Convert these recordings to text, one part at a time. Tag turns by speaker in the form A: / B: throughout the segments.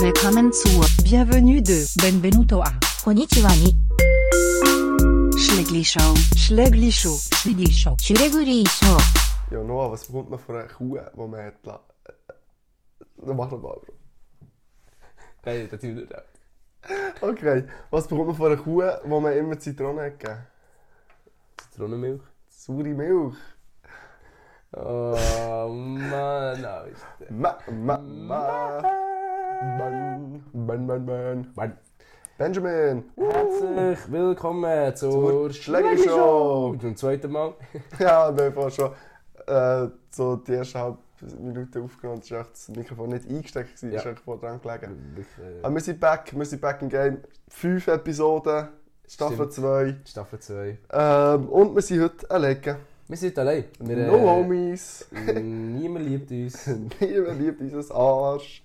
A: Willkommen zu
B: Bienvenue de Benvenuto a
C: Konnichiwa ni
A: Schlickli Show.
B: Schlägli Show. Schlägli Show.
C: Shureguri Show.
D: Ja, Noah, was bekommt man von einer Kuh, wo man hat... la- Äh, Mach nochmal, Bro.
E: Nein, das tun wir nicht.
D: Okay, was bekommt man von einer Kuh, wo man immer Zitrone hat gegeben?
E: Zitronenmilch.
D: Saure Milch.
E: Oh Mann, oh, ist der.
D: Ma, ma, ma. Man, man, man, man.
E: Mann.
D: Benjamin.
E: Herzlich willkommen zur
D: Schlägershow.
E: Und Zum zweiten Mal.
D: Ja, wir haben vorhin schon äh, so die erste halbe Minute aufgenommen. Das ist echt das Mikrofon nicht eingesteckt, gewesen,
E: Ja.
D: ist einfach voll dran gelegen.
E: Äh,
D: Aber wir sind back, wir sind back im Game. Fünf Episoden, Staffel
E: Stimmt.
D: 2.
E: Staffel 2.
D: Ähm, und wir sind heute alleine.
E: Wir sind allein. Wir,
D: No Homies.
E: Niemand liebt uns.
D: Niemand liebt dieses Arsch.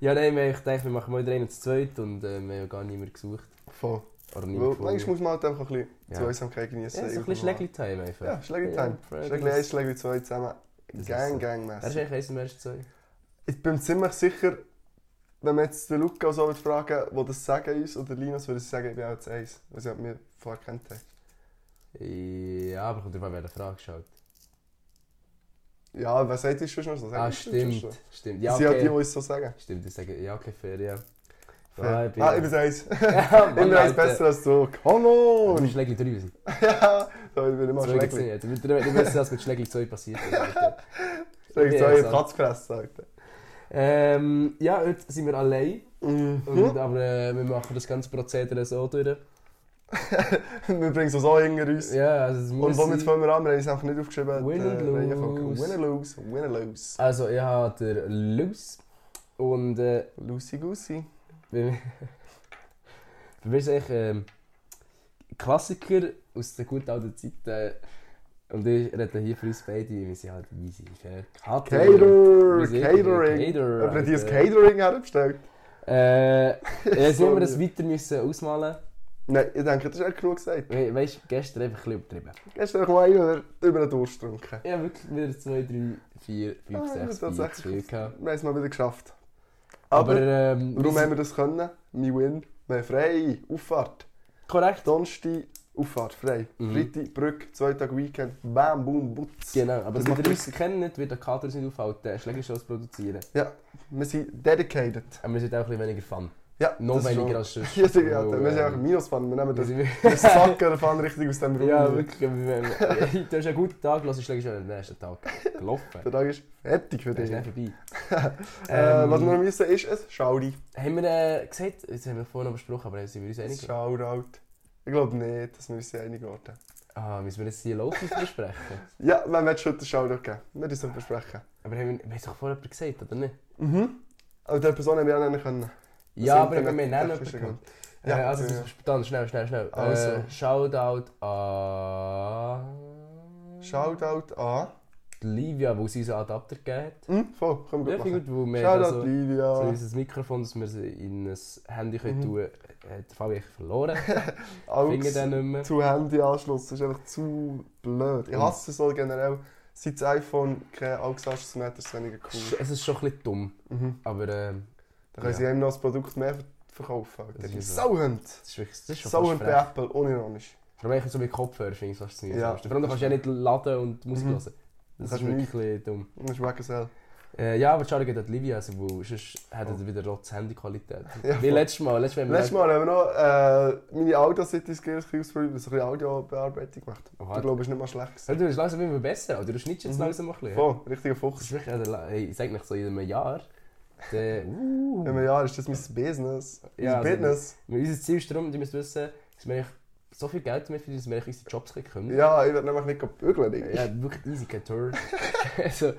E: ja, nein, wir haben gedacht, wir machen mal wieder einen zu zweit und äh, wir haben gar niemanden gesucht.
D: Voll.
E: Oder
D: Weil
E: niemand
D: manchmal muss man halt einfach ein bisschen
E: Ja.
D: Zweisamkeit genießen.
E: Ja, so ein bisschen Schlägli-Time einfach.
D: Ja, Schlägli-Time. Schlägli 1, Schlägli 2 zusammen.
E: Das ist
D: Gang,
E: so.
D: gang
E: Wer ist
D: mäßig.
E: eigentlich eins und wer ist zwei?
D: Ich bin ziemlich sicher, wenn wir jetzt den Luca so würde fragen, wo das sagen ist, oder Linus, würde ich sagen, ich bin auch jetzt eins. Weil sie halt mir vorher kennt haben.
E: Ja, aber kommt drauf an, wer die Frage schaut.
D: Ja, wer sagt das schon noch so? Sag
E: Ah,
D: das sonst
E: stimmt.
D: noch.
E: Stimmt.
D: Das
E: Ja,
D: sind halt die, die
E: okay.
D: uns so sagen.
E: Stimmt, ich sage, ja, okay, fair, ja.
D: Ah, ich bin
E: ja.
D: eins.
E: Ja,
D: Ich bin eins besser als du.
E: Du
D: Kanon!
E: bist Schlägli 3 raus.
D: Ja, da bin ich immer
E: Zwei
D: Schlägli.
E: gesehen. Du wirst- du wirst was mit Schlägli 2 passiert ist. Alter.
D: Schlägli
E: Ja,
D: 2 in die
E: so.
D: Katze gefressen, Alter.
E: ähm, altså. ja, heute sind wir allein.
D: Hm? Mhm.
E: Und, aber äh, wir machen das ganze Prozedere so durch.
D: Wir bringen es so hinter uns.
E: Ja, altså, also es muss
D: Und womit
E: sein.
D: fangen wir an? Wir haben es einfach nicht aufgeschrieben. äh,
E: Win
D: die
E: and lose.
D: Reihenfolge. Win and lose. Win and lose.
E: Also, ich habe den Luz. Und äh,
D: Lucy Goosey.
E: bei bei mir ist eigentlich ähm, Klassiker aus der guten alten Zeit. Äh, und ich rede hier für uns beide, wir sind halt easy.
D: Cater!
E: Wir sind
D: Catering.
E: Caterer,
D: Ob ihr dieses
E: Alter.
D: Catering herbestellt?
E: Äh, jetzt
D: Sorry.
E: müssen wir das weiter müssen ausmalen.
D: Nein, ich denke, das ist echt genug gesagt.
E: We weißt du, gestern einfach ein bisschen übertrieben.
D: Gestern noch mal einen über- über den Durst getrunken.
E: Ich habe wirklich wieder 2, 3, 4, 5,
D: Ah,
E: 6
D: das
E: Bier
D: ist
E: zu viel gehabt.
D: Wir haben es mal wieder geschafft.
E: Aber,
D: Aber,
E: ähm,
D: warum
E: wir
D: haben
E: sind
D: wir das können? Mein Win. Wir haben frei. Auffahrt.
E: korrekt?
D: Donnerstag, Auffahrt, frei.
E: Mhm.
D: Freitag, Brücke, zwei Tage Weekend. Bam, boom, butz.
E: Genau, aber
D: Das
E: wenn
D: macht
E: ihr uns kennt, wird der Kater uns nicht aufhalten, Schlägershows produzieren.
D: Ja, wir sind dedicated.
E: Aber wir sind auch ein bisschen weniger Fun.
D: Ja,
E: Noch
D: das ist
E: weniger
D: schon-
E: als sonst.
D: Ja, Digga,
E: Weil,
D: Alter, wir sind
E: äh,
D: einfach Minusfan. Wir nehmen
E: wir
D: das,
E: sind-
D: das Sacker fahren richtig aus dem Raum.
E: Ja, wirklich. wenn- wenn- Du hast einen guten Tag, lass die Schlägershow am nächsten Tag. Gelaufen.
D: Der Tag ist fertig für
E: Das
D: dich.
E: ist nicht vorbei.
D: Äh,
E: Ähm,
D: was wir noch müssen, ist ein Schaudi.
E: Haben wir äh, gesagt, jetzt haben wir vorhin noch besprochen, aber sind wir uns
D: Ein
E: einig?
D: Shoutout. Ich glaube nicht, dass wir uns einig werden.
E: Ah, müssen wir jetzt die Locals besprechen?
D: Ja, wenn wir schon den Shoutout geben. Wir müssen es besprechen.
E: Aber haben wir, wir haben es doch vorher jemand gesagt, oder nicht? Mhm.
D: Aber der Person haben wir auch nennen können.
E: Ja, aber wir haben
D: Internet-
E: einen Namen
D: technische
E: bekommen.
D: Ja,
E: äh, also,
D: ja. Oh,
E: das ist- dann schnell, schnell, schnell.
D: Also.
E: Äh, Shoutout an
D: Shoutout an.
E: die Livia, die uns unseren Adapter gegeben hat.
D: Hm, voll, können wir
E: Ja,
D: gut
E: finde ich
D: machen.
E: gut, weil wir haben
D: Shoutout
E: also, so
D: Livia.
E: unser Mikrofon, dass wir es in ein Handy
D: Mhm.
E: können tun können, hat der Fabi eigentlich verloren. Finger
D: Alles
E: dann nicht mehr.
D: zu Handyanschluss. Das ist einfach zu blöd.
E: Mhm.
D: Ich hasse es so generell. Seit das iPhone kein Augenanschluss mehr hat, ist es weniger cool. Mhm.
E: Es ist schon ein bisschen dumm, aber ähm,
D: Da können sie immer noch das Produkt mehr ver- verkaufen. Alter.
E: Das
D: Die
E: ist so.
D: Sauhund!
E: das ist wirklich das ist schon
D: Sauhund
E: fast
D: bei
E: frech.
D: Apple, unironisch.
E: Vor allem so mit Kopfhörer finde ich es fast zu
D: Ja. Mhm.
E: ja. Vor allem du kannst ja nicht laden und Musik hören. Das
D: Kannst
E: ist
D: du nicht.
E: wirklich ein bisschen dumm.
D: Das ist wack as hell.
E: Äh, ja, aber Charlie geht an die Livia, also, weil sonst hat er wieder rotes Handyqualität.
D: Oh. Ja,
E: Wie
D: voll.
E: letztes Mal. Letztes Mal, haben wir
D: Letztes Mal haben wir noch äh, meine Audio-City-Skills ausprobiert, dass ich ein bisschen Audiobearbeitung gemacht
E: Oha.
D: habe. Ich glaube, es ist nicht mal schlecht. gewesen.
E: gesagt, Du bist langsam immer besser, oder? Du schnittst jetzt langsam ein bisschen.
D: Mhm. Voll, richtiger
E: Das
D: Fuchs.
E: ist wirklich, also, hey, ich sag nicht so, in einem Jahr. Der, uh,
D: In einem Jahr ist das mein Business. Mein
E: Ja, also-
D: Business.
E: unser Ziel ist darum, du musst wissen, dass wir eigentlich so viel Geld damit verdienen, dass wir eigentlich unsere Jobs können.
D: Ja, ich werde nämlich nicht bügeln. Digga.
E: ja wirklich easy, kein Tour. also,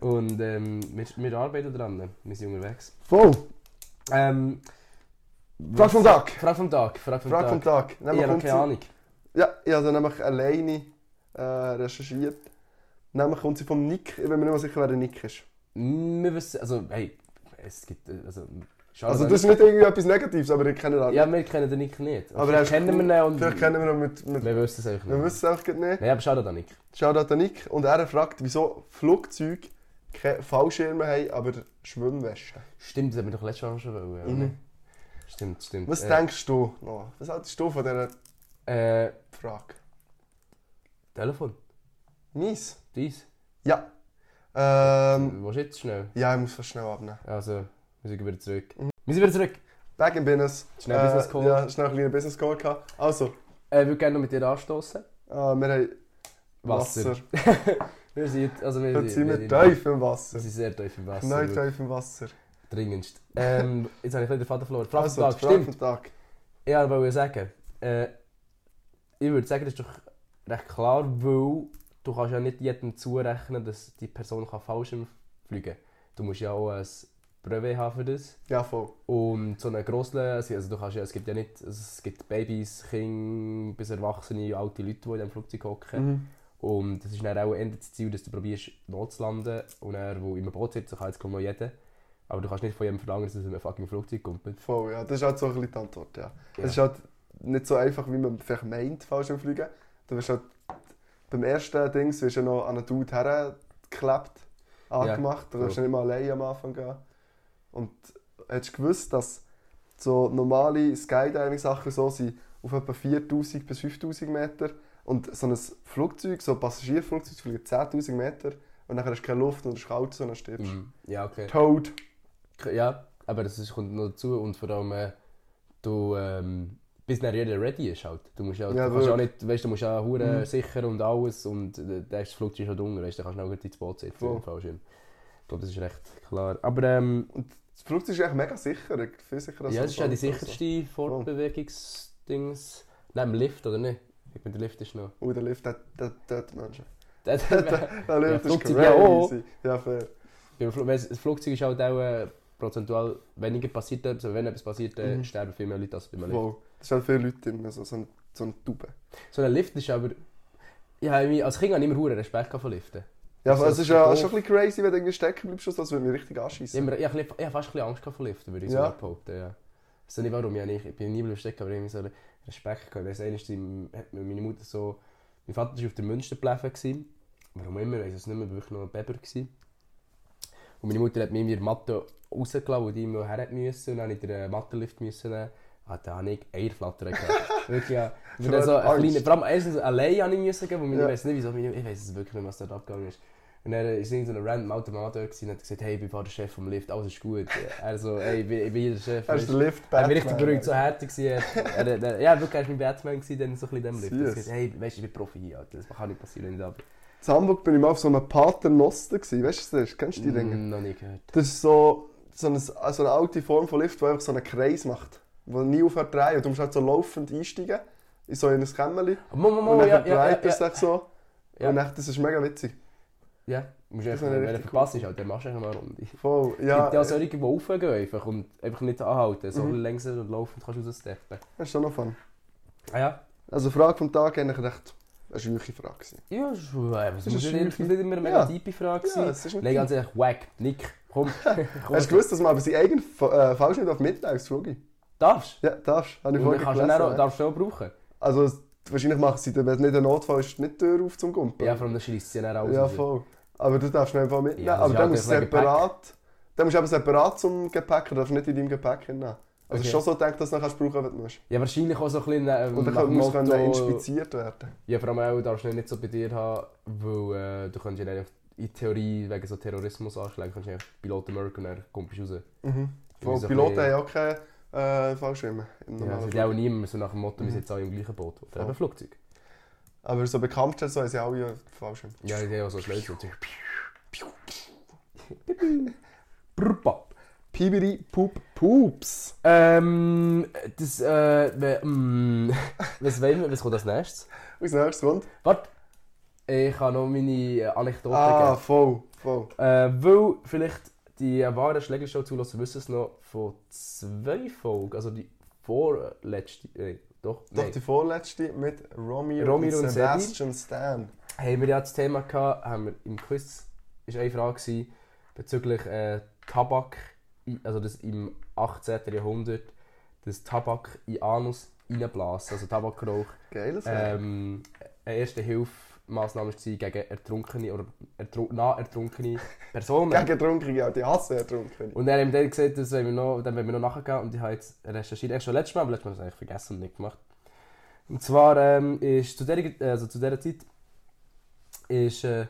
E: und ähm, wir, wir arbeiten dran, wir sind unterwegs.
D: Voll!
E: Ähm,
D: Frage vom Tag!
E: Frage vom Tag, Frage vom
D: Frage vom
E: Tag.
D: Tag. Nämlich
E: Ich habe
D: kommt
E: keine
D: sie-
E: Ahnung.
D: Ja, ich habe sie nämlich alleine äh, recherchiert. Nämlich kommt sie vom Nick. Ich bin mir nicht mal sicher, wer der Nick ist.
E: Wir wissen, also, hey, es gibt, äh, also, schade,
D: Also
E: wenn-
D: das ist nicht irgendwie etwas Negatives, aber ich kenne das.
E: Ja, wir kennen den Nick nicht.
D: Aber
E: Aber
D: er
E: wir
D: ist
E: kennen
D: cool.
E: ihn ihn und
D: Vielleicht kennen wir ihn mit... mit
E: wir wissen es einfach
D: wir
E: nicht.
D: wissen es einfach nicht.
E: Nein, aber schade an Nick.
D: Shoutout an Nick. Und er fragt, wieso Flugzeuge keine Fallschirme haben, aber Schwimmwäsche.
E: Stimmt, das haben wir doch letztes Mal schon wollen. oder?
D: Mhm.
E: Stimmt, stimmt.
D: Was
E: äh,
D: denkst du noch? Was hältst du von dieser
E: Äh,
D: Frage?
E: Telefon.
D: Nice.
E: Dies.
D: Ja. Ähm,
E: Wo ist jetzt schnell?
D: ja, ich muss fast schnell abnehmen.
E: Also, wir sind wieder zurück. Wir sind wieder zurück.
D: Back in Business.
E: Schnell Business Call.
D: Mhm. Äh, Ja, schnell einen kleinen Business Call gehabt. Also,
E: Äh, ich würde gerne noch mit dir anstoßen.
D: äh, wir haben Wasser.
E: wir sind, also wir
D: Jetzt sind wir
E: in-
D: tief im Wasser.
E: Wir sind sehr tief im Wasser.
D: Nein,
E: wirklich.
D: tief im Wasser.
E: Dringendst. Ähm, jetzt habe ich ein bisschen den Vater verloren. Frage
D: Also,
E: vom Tag,
D: die Frage
E: stimmt.
D: vom Tag.
E: Ja, wollte ich sagen. Äh, ich würde sagen, das ist doch recht klar, weil du kannst ja nicht jedem zurechnen, dass die Person kann Fallschirm fliegen kann. Du musst ja auch ein Brevet haben für das.
D: Ja, voll.
E: Und so eine grosse, also du kannst ja, es gibt ja nicht, also es gibt Babys, Kinder bis Erwachsene, alte Leute, die in diesem Flugzeug hocken.
D: Mhm.
E: Und das ist dann auch eher das Ziel, dass du probierst, dort zu landen. Und er, wo im Boot sitzt, kann jetzt kommt noch jeder. Aber du kannst nicht von jedem verlangen, dass er in einem fucking Flugzeug kumpelt.
D: Voll, ja. Das ist halt so ein bisschen die Antwort, ja. Es ist halt nicht so einfach, wie man vielleicht meint, Fallschirmfliegen. Du wirst halt beim ersten Ding wirst du ja noch an einen Dude hergeklebt, angemacht. Du darfst ja nicht mal allein am Anfang gehen. Und hättest du gewusst, dass so normale Skydiving-Sachen so sind, auf etwa 4000 bis 5000 Meter. Und so ein Flugzeug, so ein Passagierflugzeug, fliegt 10.000 Meter. Und dann hast du keine Luft und es ist kalt, sondern stirbst.
E: Mhm. Ja, okay.
D: Toad.
E: Ja, aber das ist, kommt noch dazu und vor allem, äh, du ähm, bist dann jeder ready ist halt. Du musst ja,
D: Ja,
E: du kannst ja auch
D: wirklich. Mhm.
E: nicht, weißt, du musst ja hure sicher und alles und äh, der ist das Flugzeug schon dunkel, weißt, du kannst du auch gut ins Boot sitzen.
D: Voll.
E: im Fallschirm. Ich glaube, das ist recht klar. Aber ähm,
D: Und das Flugzeug ist echt mega sicher. Viel sicherer als
E: ja,
D: so
E: das ist ja die
D: ein Boot.
E: sicherste Fortbewegungsdings. Nein, im Lift, oder nicht? Ich bin der Lift ist noch.
D: Oh, der Lift, der, der, der die Menschen.
E: Der, der,
D: Der Lift ist
E: Flugzeug
D: crazy.
E: ja oh. auch.
D: Ja, fair.
E: beim Fl- weil's- das Flugzeug ist halt auch äh, prozentual weniger passiert, also wenn etwas passiert,
D: Mhm.
E: äh, sterben viel mehr Leute als beim Lift.
D: Wow. Das sind halt viele Leute drin, also so ein, so ein Tube.
E: So ein Lift ist aber. Ich habe mich, als Kind hatte ich immer hohen Respekt vor Liften.
D: Ja,
E: Also,
D: aber es
E: das
D: ist ja
E: ist
D: schon ein bisschen crazy, wenn du irgendwie stecken bleibst, sonst würde mich richtig
E: Ich
D: anschießen.
E: habe, mir- ich habe ein bisschen- ich habe fast ein bisschen Angst vor Liften, würde ich
D: Ja.
E: so behaupten. Ja. Ich weiß nicht warum, ich, habe nicht, ich bin nie bleiben stecken, aber ich habe so einen Respekt gehabt. Ich weiss, einmal hat mir meine Mutter so... Mein Vater war auf der Münsterpläfe. gewesen. Warum immer, ich weiß es nicht mehr, weil ich noch ein Beber war. Und meine Mutter hat mir in der Matte rausgelassen, wo die immer her musste. Und dann musste ich den Mattenlift müssen nehmen. Ah, da habe ich Eierflattern gehabt. Wirklich, ja. Ich bin dann so
D: Vor
E: ein
D: allem
E: kleiner,
D: Angst.
E: vor allem erstens allein habe ich müssen gehen, weil meine,
D: Ja.
E: ich weiß nicht wieso, meine, ich weiß es wirklich nicht, was dort abgegangen ist. Und dann ist in so einem random alten Mann dort gewesen und hat gesagt, hey, ich bin der Chef vom Lift, alles ist gut. Er so, hey, ich bin, ich bin hier der Chef.
D: Er ist der
E: weißt du.
D: Lift,
E: Er war
D: Batman.
E: richtig beruhigt, so härter gewesen. Er, er, er, ja, wirklich, er war mein Batman gewesen, dann so ein bisschen in diesem Lift. Er hat
D: Süß.
E: gesagt, hey, weißt du, ich bin Profi hier, Alter. das kann nicht passieren, wenn ich da bin.
D: In Hamburg bin ich mal auf so einem Paternoster gewesen. Weißt du das? Kennst du
E: Mm,
D: die Dinge?
E: Noch nie gehört.
D: Das ist so, so, eine, so eine alte Form von Lift, die einfach so einen Kreis macht. Der nie aufhört zu drehen. Und du musst halt so laufend einsteigen. In so ein Kämmerchen.
E: Moment,
D: Und
E: Moment,
D: dann
E: ja,
D: dreht
E: ja, ja,
D: er sich
E: ja,
D: so.
E: Ja.
D: Und dann, das ist mega witzig.
E: ja. Du musst
D: Das
E: einfach,
D: habe ich
E: wenn du
D: richtig
E: verpasst ist, Alter, dann machst du einfach mal eine Runde.
D: Voll.
E: Es
D: Ja, eh,
E: gibt ja solche, die raufgehen einfach und einfach nicht anhalten. So mhm. längser und laufend kannst du raussteppen.
D: das ist schon noch fun.
E: Ah ja?
D: Also Frage vom Tag eigentlich recht eine schwierige Frage. gewesen.
E: Ja, das ist- äh, was
D: Das
E: muss
D: ist
E: ich denn- das muss nicht immer eine mega
D: Ja.
E: tiefe Frage
D: Ja,
E: sein?
D: es ist nicht
E: Nein, ganz ehrlich, wack. Nick, komm. komm
D: Hast du gewusst, dass man aber seinen eigenen Fa- äh, Falschschnitt auf Mittags frage?
E: darfst
D: Ja, darfst. Habe ich
E: du?
D: vorher
E: Kannst du
D: gelesen.
E: dann auch,
D: ja.
E: darfst du auch brauchen?
D: Also es- wahrscheinlich machen sie, dann, wenn es nicht ein Notfall ist, nicht die Tür auf zum Kumpel.
E: Ja, vor allem, dann schreist du ja dann auch
D: Ja,
E: raus.
D: voll. Aber du darfst nicht einfach mitnehmen.
E: Ja, das
D: aber
E: ist
D: dann
E: halt
D: musst du
E: ein Gepäck.
D: separat. Dann musst du eben separat zum Gepäck, du darfst nicht in deinem Gepäck hinnehmen. Also
E: Okay.
D: schon so gedacht, dass du es noch brauchen kannst, wenn du musst.
E: Ja, wahrscheinlich auch so ein bisschen ähm,
D: Und
E: nach
D: dann
E: dem
D: muss es
E: Motto-
D: inspiziert werden.
E: Ja, vor allem auch darfst du ihn nicht so bei dir haben, weil äh, du kannst ja dann in Theorie wegen so Terrorismusanschlägen kannst du ja Piloten merken und dann kommst du raus.
D: Mhm. Voll,
E: so ein
D: Piloten
E: bisschen-
D: haben auch keine äh, Fallschirme. im
E: Ja,
D: normalen
E: das hat
D: Flug.
E: ja auch niemand so nach dem Motto, wir sind jetzt alle im gleichen Boot. Auf einem Flugzeug.
D: Aber so bekannt so haben sie alle ja Fallschirme.
E: Ja, die haben auch so schnell so. Brrrpap.
D: Pibiri, Pup, Pups.
E: Ähm, das, äh, we- mm, was wollen wir, was kommt als nächstes?
D: Als nächstes kommt.
E: Warte, ich kann noch meine äh, Anekdote
D: Ah,
E: geben.
D: voll, voll.
E: Äh, weil vielleicht die äh, wahren Schlägershow zulassen, wissen es noch von zwei Folgen, also die vorletzte, äh, doch,
D: Doch
E: nein.
D: die vorletzte mit Romeo,
E: Romeo und
D: und
E: Sebi.
D: Sebastian Stan.
E: haben wir ja das Thema gehabt, haben wir im Quiz ist eine Frage gewesen, bezüglich äh, Tabak, i- also das im 18. Jahrhundert, das Tabak in Anus reinblasen, also Tabakrauch,
D: Geiles Werk.
E: ähm, eine erste Hilfe Massnahme war gegen ertrunkene oder ertru nah ertrunkene Personen.
D: Gegen Trunken, ja, die hassen Trunken.
E: Und dann haben wir dann gesagt, das wollen wir noch, dann wollen wir noch nachgehen und ich habe jetzt recherchiert, eigentlich schon letztes Mal, aber letztes Mal habe ich es eigentlich vergessen und nicht gemacht. Und zwar ähm, ist zu dieser, also zu dieser Zeit ist äh,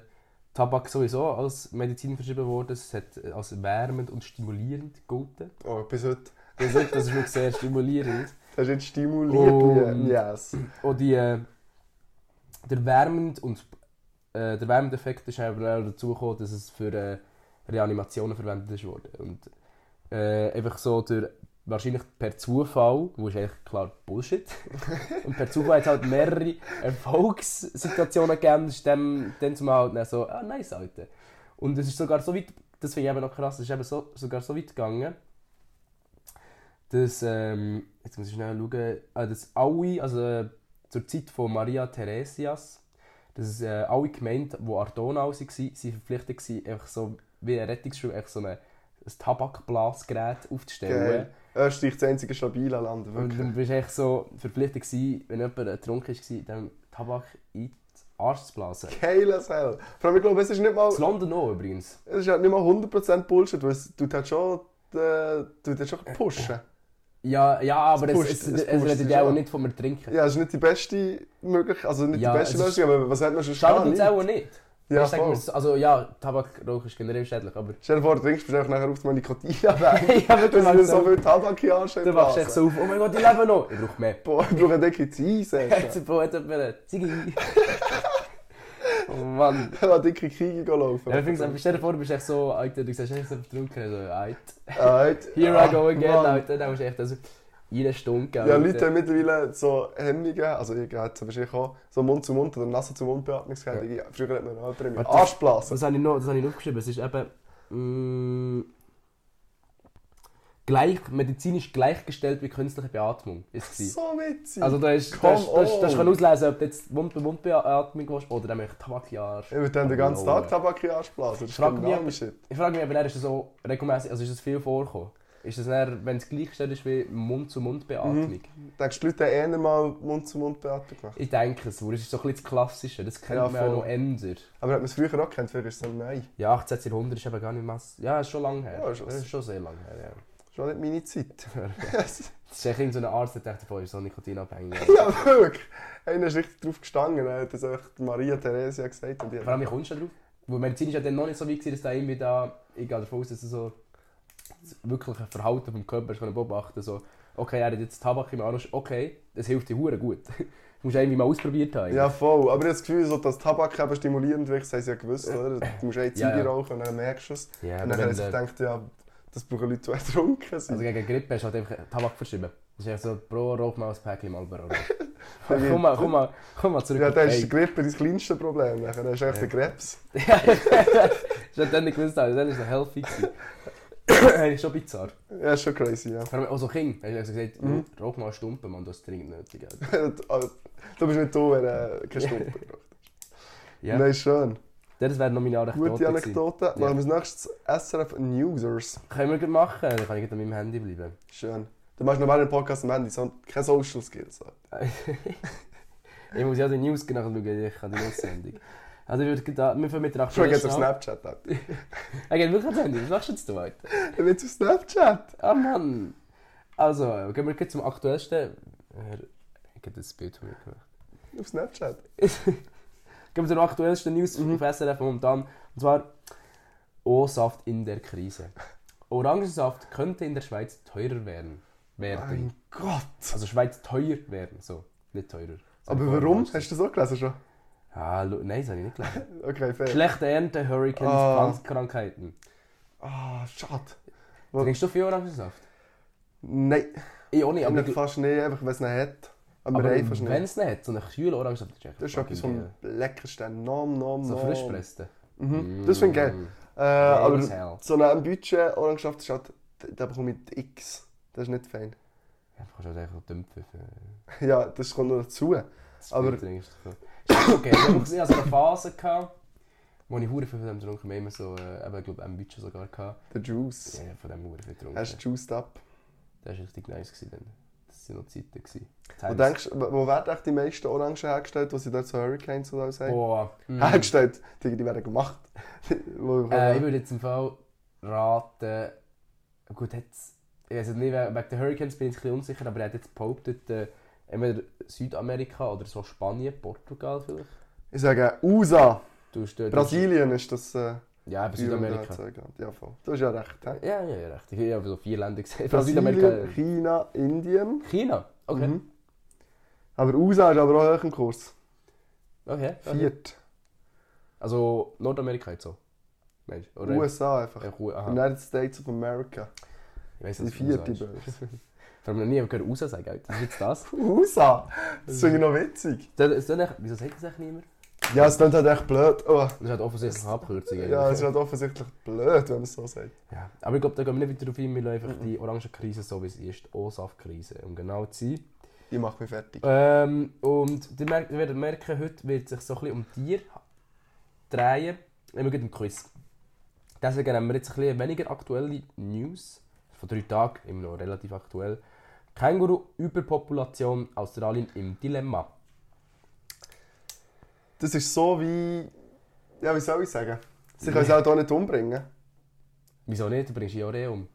E: Tabak sowieso als Medizin verschrieben worden. Es hat äh, als wärmend und stimulierend gegolten.
D: Oh, bis heute.
E: Das ist, das ist wirklich sehr stimulierend.
D: Das ist jetzt stimuliert.
E: Oh.
D: wie- Yes.
E: Und die, äh, der wärmend und äh, der wärmende Effekt ist aber auch dazu gekommen, dass es für äh, Reanimationen verwendet ist worden. Und äh, einfach so durch, wahrscheinlich per Zufall, wo ist eigentlich klar Bullshit. und per Zufall hat es halt mehrere Erfolgssituationen gegeben. Das ist dem, dem zumal halt dann so, ah nice Alter. Und es ist sogar so weit, das finde ich eben noch krass, es ist eben so, sogar so weit gegangen, dass, ähm, jetzt muss ich schnell schauen, ah, dass alle, also äh, zur Zeit von Maria Theresias, dass äh, alle Gemeinden, die Ardonau waren, sie verpflichtet waren, einfach so wie ein Rettungsschirm, einfach so eine, ein Tabakblasgerät aufzustellen.
D: Geil. Österreich ist das einzige stabile Land.
E: Und
D: Wirklich.
E: du bist echt so verpflichtet gewesen, wenn jemand betrunken war, dann Tabak in den Arsch zu blasen.
D: Geil as hell. Vor allem, ich glaube, es ist nicht mal,
E: In London auch übrigens.
D: es ist halt nicht mal 100% Bullshit, weil es tut halt schon, äh, tut halt schon pushen.
E: Ja, ja aber es,
D: pusht,
E: es,
D: es
E: es,
D: pusht,
E: redet
D: es
E: ja
D: ist
E: auch
D: auch-
E: nicht vom Ertrinken.
D: Ja, es ist nicht die beste Möglichkeit, also nicht
E: Ja,
D: die beste
E: es ist-
D: Lösung, aber was hat man schon
E: Schadet
D: schon?
E: uns auch nicht.
D: Ja,
E: Ich sag mal
D: voll.
E: so- also ja, Tabakrauch ist generell schädlich, aber
D: Stell dir vor, du trinkst bestimmt nachher auf, mal Nikotin weg.
E: Ja, wirklich,
D: Dass du so
E: langsam.
D: viel Tabak hier anscheinst.
E: dann wachst du echt so auf, oh mein Gott, ich lebe noch. Ich brauche mehr.
D: Boah, ich brauche eine dicke Zeisse.
E: Jetzt braucht jemand eine Ziege. Oh Mann.
D: Ich will dicke Kriege laufen.
E: Ja, übrigens, stell dir vor, du bist echt so, Alter, du siehst echt so betrunken, so, Alter.
D: Alright.
E: Here I go
D: Ah,
E: again,
D: Mann.
E: Alter. Dann musst du echt also jede Stunde.
D: Ja, Leute haben mittlerweile so Hemmungen, also ich habe jetzt wahrscheinlich auch so Mund-zu-Mund- oder Nase-zu-Mund-Beatmungsgeräte. Ja. Früher hat man noch jemanden im
E: Warte.
D: Arschblasen.
E: Das habe ich noch, das habe ich noch aufgeschrieben. Es ist eben mh, gleich, medizinisch gleichgestellt wie künstliche Beatmung. Ist sie.
D: So witzig.
E: Also da ist,
D: Come
E: das, das, das
D: on.
E: kann auslesen, ob du jetzt Mund bei Mund Beatmung willst oder nämlich Tabakjahr.
D: ich würde dann den ganzen Tag Tabak in den Arschblasen. Das ist
E: Oh, Frag
D: doch
E: mich,
D: normal
E: ob-
D: shit.
E: Ich frage mich, aber ist das so regelmäßig, also ist das viel vorgekommen? Ist das eher, wenn es gleichgestellt ist wie Mund zu Mund Beatmung?
D: Denkst du, die Leute haben eher mal Mund-zu-Mund-Beatmung gemacht?
E: Ich denke es, weil das ist so ein bisschen das Klassische, das kennt
D: Ja,
E: man ja
D: voll.
E: noch änder.
D: Aber hat man es früher auch gekannt? Früher ist es so, nein,
E: Ja, 18. Jahrhundert ist eben gar nicht mehr... so- Ja, ist schon lange her.
D: Ja,
E: Ja,
D: ist
E: ist
D: schon-
E: das ist schon sehr lange her, ja.
D: schon nicht meine Zeit.
E: Das ist echt irgendein so ein Arzt, der dachte, boah, ist so nikotinabhängig.
D: ja, wirklich. Einer ist richtig drauf gestanden. Er hat das einfach die Maria Theresia gesagt. Und die
E: Vor
D: hat
E: allem, wie kommst du da drauf? Weil Medizin ist ja dann noch nicht so weit, gewesen, dass da irgendwie da... Ich gehe davon aus, dass du so das wirkliche Verhalten vom Körper hast können beobachten so Okay, er hat jetzt Tabak im Arsch, okay, das hilft dir hure gut. Das musst du irgendwie mal ausprobiert haben.
D: ja, voll. Aber ich habe das Gefühl, so, dass Tabak eben stimulierend wirkt, das haben sie ja gewusst, oder? Du musst eine Ziege
E: Ja, ja.
D: rauchen und dann merkst du es.
E: Ja,
D: und
E: aber
D: dann haben
E: wenn
D: sie
E: der-
D: gedacht, ja, das brauchen Leute, die ertrunken sind.
E: Also gegen Grippe hast du halt einfach Tabak verschrieben. Das ist echt so, Bro, rauch mal ein Päckchen Marlboro.
D: Ja,
E: komm mal, komm mal, komm mal zurück.
D: ja,
E: auf
D: dann
E: die
D: ist die Grippe dein kleinste Problem. Dann hast du echt den Krebs.
E: Ja, ich hätte dann nicht gewusst, aber dann ist es healthy. gewesen. Eigentlich schon bizarr.
D: Ja, ist schon crazy, ja.
E: Vor allem auch so Kinder. Dann habe ich gesagt, mhm. rauch mal einen Stumpen, Mann, du hast es dringend nötig. Alter.
D: Also, du bist nicht da, wenn äh, keine Stumpen braucht.
E: Ja.
D: Nein, schön.
E: Das wäre noch meine Anekdote.
D: Gute
E: gewesen.
D: Anekdote. Machen wir als nächstes SRF Newsers.
E: Können wir gut machen, dann kann ich gleich an meinem Handy bleiben.
D: Schön. Du machst noch einen Podcast am Handy, so keine Social Skills.
E: ich muss ja die News nachschauen, ich habe die News-Sendung. Also ich würde gleich da, wir fangen mit der
D: Schon
E: Aktuellen
D: geht's auf
E: an.
D: Snapchat ab.
E: Er geht wirklich ans Handy, was machst du jetzt da, Alter?
D: Ich will auf Snapchat.
E: Ah Mann! Also, gehen wir gleich zum aktuellsten. Äh, Ich habe das Bild von mir gemacht.
D: Auf Snapchat.
E: gehen wir zum aktuellsten News
D: Mhm.
E: auf SRF momentan. Und zwar: O-Saft in der Krise. Orangensaft könnte in der Schweiz teurer werden. werden.
D: Mein Gott.
E: Also, Schweiz teuer werden. So, nicht teurer.
D: Aber warum? Hast du das auch gelesen schon?
E: Ah, lo- nein, das habe ich nicht gelesen.
D: Okay, fair.
E: Schlechte Ernte, Hurricanes,
D: Ah.
E: Pflanzenkrankheiten.
D: Ah, schade.
E: Trinkst du viel Orangensaft?
D: Nein,
E: Ich auch nicht,
D: aber
E: aber,
D: fast nicht, einfach weil es nicht hat. Aber,
E: aber
D: aber eh fast
E: wenn
D: nicht.
E: es nicht hat, so eine kühle Orangensaft ist echt
D: Das ist
E: fucking
D: etwas
E: geil.
D: vom leckersten. Nom, nom, nom.
E: So frisch Mm. presste.
D: Mhm. Das finde ich geil. Äh,
E: as
D: aber
E: hell.
D: so ein Budget Orangensaft ist halt, da bekomme ich die X. Das ist nicht fein.
E: Ja, du kannst halt einfach dümpfen. für-
D: Ja, das kommt noch dazu.
E: das
D: Aber-
E: Bier trinkst du viel. Okay, ich habe gesehen, also eine Phase gehabt, wo ich hure viel von dem getrunken habe. Ich immer so, äh, eben, ich glaube, ein Budget sogar gehabt.
D: Der Juice.
E: Ja, von dem hure viel getrunken.
D: Hast du juiced up?
E: Das war richtig nice gewesen dann. Das Das waren noch Zeiten. Gewesen. Jetzt
D: Wo,
E: haben wir's.
D: denkst, wo werden echt die meisten Orangen hergestellt, die sie dort so Hurricanes oder so haben?
E: Boah. mm.
D: Hergestellt, die, die werden gemacht. Wo-
E: Äh, ich würde jetzt im Fall raten, gut, jetzt, ich weiß nicht, we- wegen den Hurricanes bin ich ein bisschen unsicher, aber er hat jetzt behauptet, äh, entweder Südamerika oder so Spanien, Portugal vielleicht.
D: ich sage USA.
E: Du hast dort-
D: Brasilien ist das äh,
E: Ja,
D: Land,
E: aber Südamerika.
D: so genannt. Ja, voll. Du hast ja recht. hä?
E: Ja, ja, ja, richtig. Ich habe so vier Länder gesehen. Von Südamerika. äh,
D: Brasilien, China, Indien.
E: China. Okay.
D: Mhm. Aber USA ist aber auch hoch im Kurs.
E: okay. okay.
D: Viert.
E: Also Nordamerika jetzt so. Mensch. Oder?
D: USA einfach.
E: Äh, U- aha.
D: United States of America.
E: Ich weiss,
D: Die
E: dass
D: vierte
E: USA ist.
D: Börse.
E: Vor allem noch nie jemand gehört, USA sagen, Alter. Was ist jetzt das?
D: USA? Das ist irgendwie noch witzig.
E: Das- das- das- Wieso sagt das eigentlich niemand?
D: Ja, es klingt halt echt blöd. Oh.
E: Das hat offensichtlich eine Abkürzung.
D: Ja,
E: eigentlich.
D: es ist halt offensichtlich blöd, wenn man es so sagt.
E: Ja, aber ich glaube, da gehen wir nicht weiter drauf ein. Wir lassen
D: Mhm.
E: einfach die Orangenkrise so wie sie ist, O-Saft-Krise, um genau zu sein.
D: Ich mache mich fertig.
E: Ähm, und ihr, merkt, ihr werdet merken, heute wird es sich so ein bisschen um Tier drehen. Immer gut im Quiz. Deswegen haben wir jetzt ein bisschen weniger aktuelle News. Von drei Tagen, immer noch relativ aktuell. Känguru-Überpopulation Australien im Dilemma.
D: Das ist so wie. Ja, wie soll ich sagen? Sie können es halt auch nicht umbringen.
E: Wieso nicht? Du bringst ja auch eh um.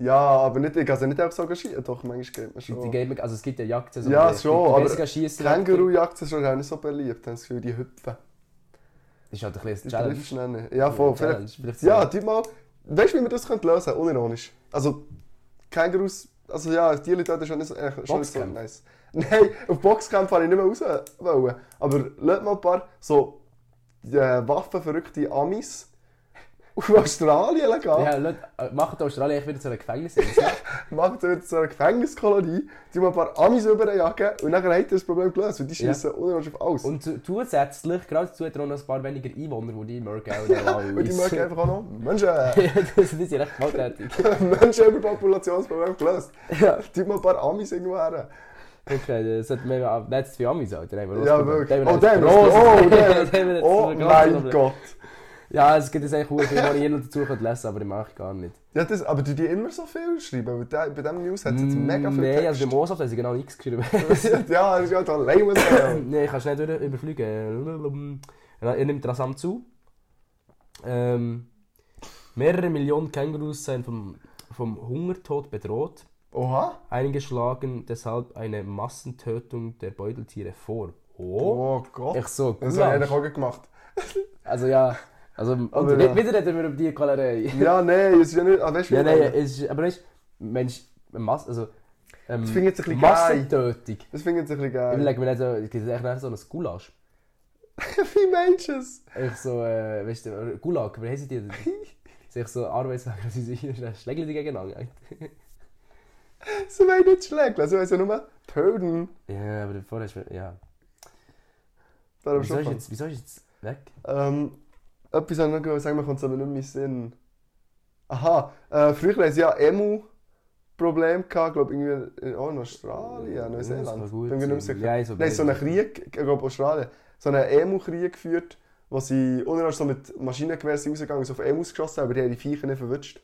D: Ja, aber nicht, ich kann sie nicht auch so schießen. Doch, manchmal geht man
E: Die, die
D: schon.
E: geben, also es gibt ja Jagdsaison.
D: Ja,
E: die- die-
D: schon,
E: die
D: aber
E: Jessica schiessen-
D: Känguru-Jagd sind schon auch nicht so beliebt. Haben das Gefühl, die hüpfen.
E: Das ist halt ein bisschen
D: Die
E: eine Challenge.
D: triffst du nicht. Ja, voll.
E: Ja, Challenge,
D: vielleicht,
E: vielleicht
D: ja,
E: so.
D: tu mal. Weißt du, wie wir das könnte lösen können? Unironisch. Also, Kängurus. Also, ja, die Leute dort sind schon nicht so, äh, schon nicht so
E: Boxkampf.
D: nice. Nein, auf Boxkämpfe wollte ich nicht mehr raus. Wollen. Aber lasst mal ein paar so äh, waffenverrückte Amis auf Australien gehen.
E: Ja, Leute, äh, macht Australien echt wieder zu einem Gefängnisinsel.
D: Macht wieder so eine Gefängniskolonie, tu mal ein paar Amis überjagen und dann habt ihr das Problem gelöst. Weil die
E: Ja.
D: schießen unironisch auf alles. Und,
E: Und zu- zusätzlich, gerade dazu hat er auch noch ein paar weniger Einwohner, die die Mörke auch noch
D: die mögen einfach auch noch Menschen.
E: das ist ja recht gewalttätig.
D: Menschen über Populationsproblem gelöst.
E: ja.
D: Tu mal ein paar Amis irgendwo her.
E: Okay, das hat mir auch nicht für Amis, Alter. Nein, wir
D: Ja,
E: haben das
D: wirklich.
E: Problem.
D: Oh,
E: Dann
D: der Oh, der
E: haben wir das Problem. Dann haben wir das
D: Oh
E: große
D: mein
E: Problem.
D: Gott.
E: Ja, es gibt jetzt eigentlich viel, was ich hier noch dazu könnte lesen aber ich mache ich gar nicht.
D: Ja, das, aber du die immer so viel schreiben? Weil der, bei diesem News hat es jetzt mega viel
E: Nein, also
D: Text.
E: beim OSAF haben sie genau nichts geschrieben.
D: ja, das ist ja doch lame as hell.
E: Nein, kannst du nicht über- überfliegen. Er nimmt rasant zu. Ähm, mehrere Millionen Kängurus seien vom, vom Hungertod bedroht.
D: Oha.
E: Einige schlagen deshalb eine Massentötung der Beuteltiere vor. Oh?
D: Oh Gott.
E: Echt so,
D: Das
E: Gulasch.
D: habe ich eigentlich auch gemacht.
E: Also ja, also
D: Aber
E: und,
D: ja.
E: ja. wieder reden wir über die Qualerei.
D: Ja, nein, es ist ja nicht... Ah, weißt du, wie ich
E: Ja, nein,
D: meine?
E: es ist, aber weißt du, Mensch, Mass, also ähm,
D: Das finde ich jetzt ein bisschen
E: Massentötung.
D: Das finde ich jetzt ein bisschen
E: Ich
D: geil.
E: lege mir nicht so, ich sehe echt so ein Gulasch.
D: Wie meinst du es?
E: Ich so, äh, weißt du, Gulag, wie heissen die? Sich so Arbeitslager, sie sich schlägeln die gegeneinander.
D: Sie wollen nicht schlägt. Also, ich weiss ja nur töten.
E: Ja, aber vorher ist, ja.
D: Da habe ich schon
E: Wieso ist,
D: gefunden.
E: jetzt, wieso ist jetzt weg?
D: Ähm, etwas habe ich noch sagen, mir kommt es aber nicht mehr in den Sinn. Aha, äh, früher hatten sie ja Emu-Problem gehabt, glaube irgendwie in, oh, in Australien,
E: Das kann
D: Neuseeland.
E: gut
D: Bin mir nicht mehr
E: sein.
D: sicher.
E: Ja, so
D: Nein, so einen
E: beides.
D: Krieg, ich glaube Australien, so einen Emu-Krieg geführt, wo sie unter so mit Maschinengewehren sind rausgegangen und so auf Emus geschossen haben, aber die haben die Viecher nicht verwünscht.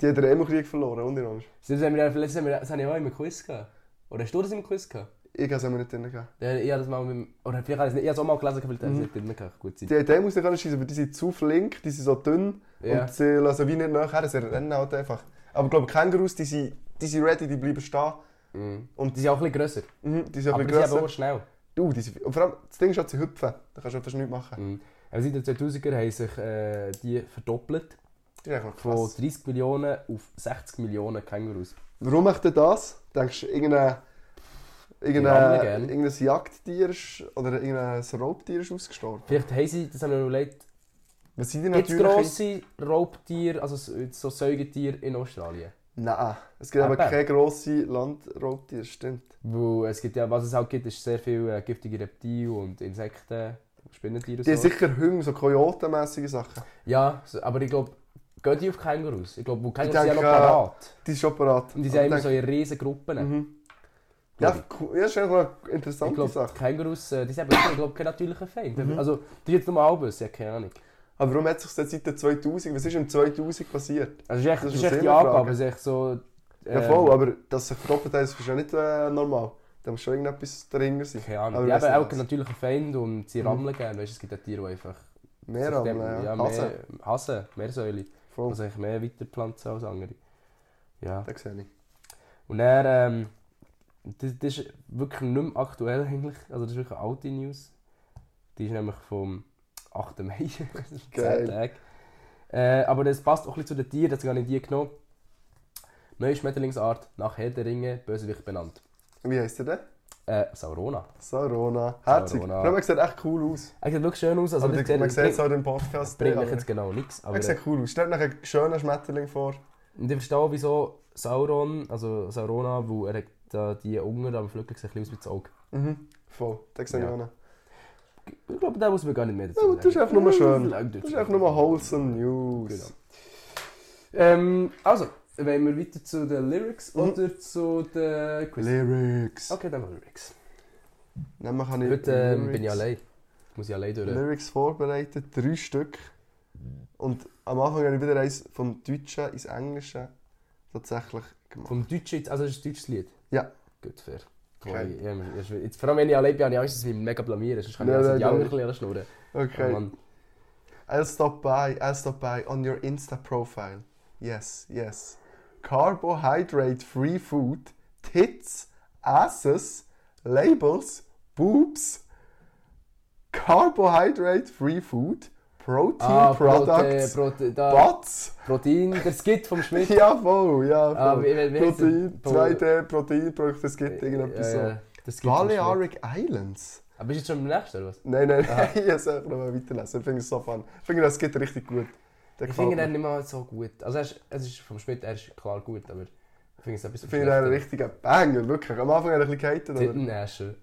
D: Die haben den Emu-Krieg verloren, unter
E: Das haben wir, letztes haben wir, das haben wir auch im Quiz gehabt. Oder hast du das im Quiz gehabt?
D: Ich kann es mir nicht drin geben.
E: Ja, Ich habe das mal mit dem, oder vielleicht habe ich es nicht, ich habe es auch mal gelesen, aber vielleicht habe ich es
D: Mhm.
E: nicht drin gehabt. Gut sein.
D: Die haben die Emus nicht schießen, aber die sind zu flink, die sind so dünn
E: Ja.
D: und sie lassen wie nicht nachher, sie rennen halt einfach. Aber ich glaube, Kängurus, die sind, die sind ready, die bleiben stehen.
E: Und die sind auch ein bisschen grösser.
D: Mhm, die sind
E: Aber
D: aber
E: die sind aber
D: grösser.
E: auch schnell.
D: Du, die sind, und vor allem, das Ding ist halt, sie hüpfen. Da kannst du fast nichts machen.
E: Mhm. Aber seit den 2000er haben sich äh, die verdoppelt.
D: Das ist einfach
E: Von
D: krass.
E: 30 Millionen auf 60 Millionen Kängurus.
D: Warum macht er das? Denkst du, irgendein,
E: rammeln
D: irgendein,
E: gern.
D: irgendein Jagdtier ist, oder irgendein Raubtier ist ausgestorben?
E: Vielleicht haben sie, das haben wir überlegt,
D: Was sind die
E: Gibt es
D: natürlich...
E: grosse Raubtiere, also so- so Säugetiere in Australien?
D: Nein, es gibt aber
E: Eben.
D: keine grossen Landraubtiere, stimmt.
E: Weil es gibt ja, was es auch gibt, ist sehr viel äh, giftige Reptilien und Insekten, Spinnentiere und
D: Die haben
E: so.
D: sicher Hünger, so Kojotenmässige Sachen.
E: Ja, so- aber ich glaube, gehen die auf Kängurus? Ich glaube, Kängurus
D: Ich
E: sind ja
D: denke,
E: noch parat.
D: Die ist schon parat.
E: Und die
D: Aber
E: sind ja
D: ich Mhm.
E: immer
D: denke-
E: so in riesen Gruppen.
D: Ja, cool. ja, ist eigentlich noch eine
E: Ich
D: interessante
E: glaube,
D: Sache.
E: Kängurus, äh, die sind aber ich glaub, kein natürlicher Feind.
D: Mhm.
E: Also, die sind jetzt nur Albus, ja, keine Ahnung.
D: Aber warum hat sich das seit den 2000? Was ist im 2000 passiert?
E: Also, das ist
D: Das
E: echt, das
D: ist
E: ist
D: eine
E: echt die
D: Sinnfrage.
E: Angabe, es ist echt so,
D: Ja,
E: Ähm,
D: voll, aber dass sich verdoppelt hat, ist ja nicht äh, normal. Da muss schon irgendetwas dahinter sein.
E: Keine Ahnung.
D: Aber
E: Die
D: weiss
E: haben
D: nicht
E: auch
D: was.
E: natürlich einen Feind und sie rammeln gerne. Weißt du, es gibt auch Tiere, die einfach.
D: Mhm. Mehr
E: sich dem-
D: Rammeln, ja.
E: ja,
D: Hasen. Oh.
E: mehr Hassen, mehr Säule.
D: Voll,
E: Also eigentlich mehr weiterpflanzen als andere. Ja.
D: das sehe ich.
E: Und er, ähm, das, das ist wirklich nicht mehr aktuell eigentlich. Also das ist wirklich eine alte News. Die ist nämlich vom 8. Mai, das ist
D: Geil.
E: zehn Tage. Äh, aber das passt auch ein bisschen zu den Tieren, das habe ich die genommen. Neue Schmetterlingsart, nach Herr der Ringe, bösewicht benannt.
D: Wie heisst der denn?
E: Äh, Saurona.
D: Saurona. Herzig.
E: Saurona.
D: Saurona. sieht echt cool aus.
E: Er sieht wirklich schön aus. Also
D: aber
E: das
D: die- man
E: sieht-
D: sieht es auch im Podcast.
E: bringt mich
D: aber-
E: jetzt genau nichts. Aber
D: Er sieht cool aus. Stellt euch einen schönen Schmetterling vor.
E: Und ich verstehe auch, wieso Sauron, also Saurona, wo er hat da die Ungar am Flügel sieht ein bisschen aus wie das Auge.
D: Mhm. Voll, das sehe ich
E: Ja.
D: auch noch.
E: Ich glaube, da muss man gar nicht mehr dazu
D: Ja, aber das ist einfach nur schön.
E: Lang
D: Das ist einfach nur wholesome News.
E: Ähm, also, wollen wir weiter zu den
D: Mhm.
E: Lyrics oder zu den Quiz?
D: Lyrics.
E: okay, dann mal Lyrics.
D: Nehmen wir- kann ich
E: Heute ähm, bin ich
D: Lyrics-
E: allein. Muss ich allein durch.
D: Lyrics vorbereitet, drei Stück. Und am Anfang habe ich wieder eins vom Deutschen ins Englische tatsächlich gemacht.
E: Vom Deutschen, jetzt- also das ist ein deutsches Lied?
D: Ja.
E: Gut, fair.
D: Okay.
E: Okay. Ja, ich- jetzt, vor allem, wenn ich allein bin, habe ich Angst, dass ich mich mega blamiere. Sonst kann ich
D: Nein,
E: also
D: nein,
E: die Augen
D: nein.
E: ein bisschen schnurren.
D: Okay.
E: Mann.
D: I'll stop by, I'll stop by on your Insta profile. Yes, yes. Carbohydrate free food, tits, asses, labels, boobs. Carbohydrate free food, protein
E: Ah, Prote-
D: products,
E: Prote- da-
D: butts.
E: Protein, der Skit vom Schmidt.
D: Jawohl, ja.
E: Ah,
D: voll.
E: wie- wie- wie heisst
D: Protein,
E: der?
D: zweite Proteinprodukte, es gibt irgendetwas
E: Ja, ja,
D: so.
E: das Skit vom Schmidt.
D: Balearic Islands.
E: Aber bist du jetzt schon im nächsten oder was?
D: Nein, nein,
E: Ah.
D: nein, ich muss einfach noch mal weiterlesen. Ich finde es so fun. Ich finde, das geht richtig gut. Der
E: Ich
D: gefällt
E: finde
D: mir.
E: den nicht mal so gut. Also er ist, es ist vom Schmidt, er ist klar gut, aber ich finde es ein bisschen
D: Ich finde einen richtigen Banger, wirklich. Am Anfang hat er ein bisschen gehatet, aber...
E: Tittenäsche.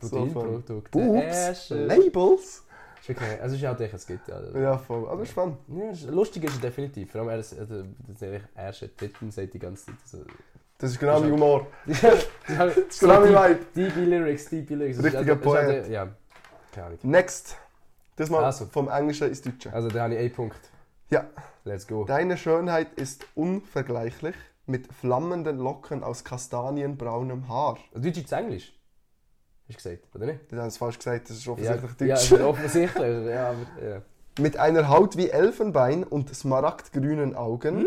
D: So fun.
E: Proteinprodukte.
D: Boobs,
E: Äsche.
D: Labels.
E: Ist wirklich- Also es ist halt echt ein Skit, ja.
D: Ja, voll. Aber ist fun.
E: ja ist, lustig ist er definitiv. Vor allem er ist, also, das sind echt Ärsche, Titten sagt die ganze Zeit.
D: Das
E: Also,
D: ist genau mein Humor.
E: das
D: genau mein
E: Deep Lyrics, Deep Lyrics. Das ist
D: Richtiger
E: halt- das ist halt-
D: Poet.
E: Ja, keine Ahnung.
D: Next. Diesmal
E: Also.
D: vom Englischen ins Deutsche.
E: Also da habe ich einen Punkt.
D: Ja.
E: Let's go.
D: Deine Schönheit ist unvergleichlich mit flammenden Locken aus kastanienbraunem Haar.
E: Also, Deutsch ist Englisch. Hast du gesagt, oder nicht?
D: Das haben sie falsch gesagt, das ist
E: Ja,
D: offensichtlich
E: ja,
D: Deutsch.
E: also offensichtlich. ja, aber, ja.
D: Mit einer Haut wie Elfenbein und smaragdgrünen Augen.
E: Hm?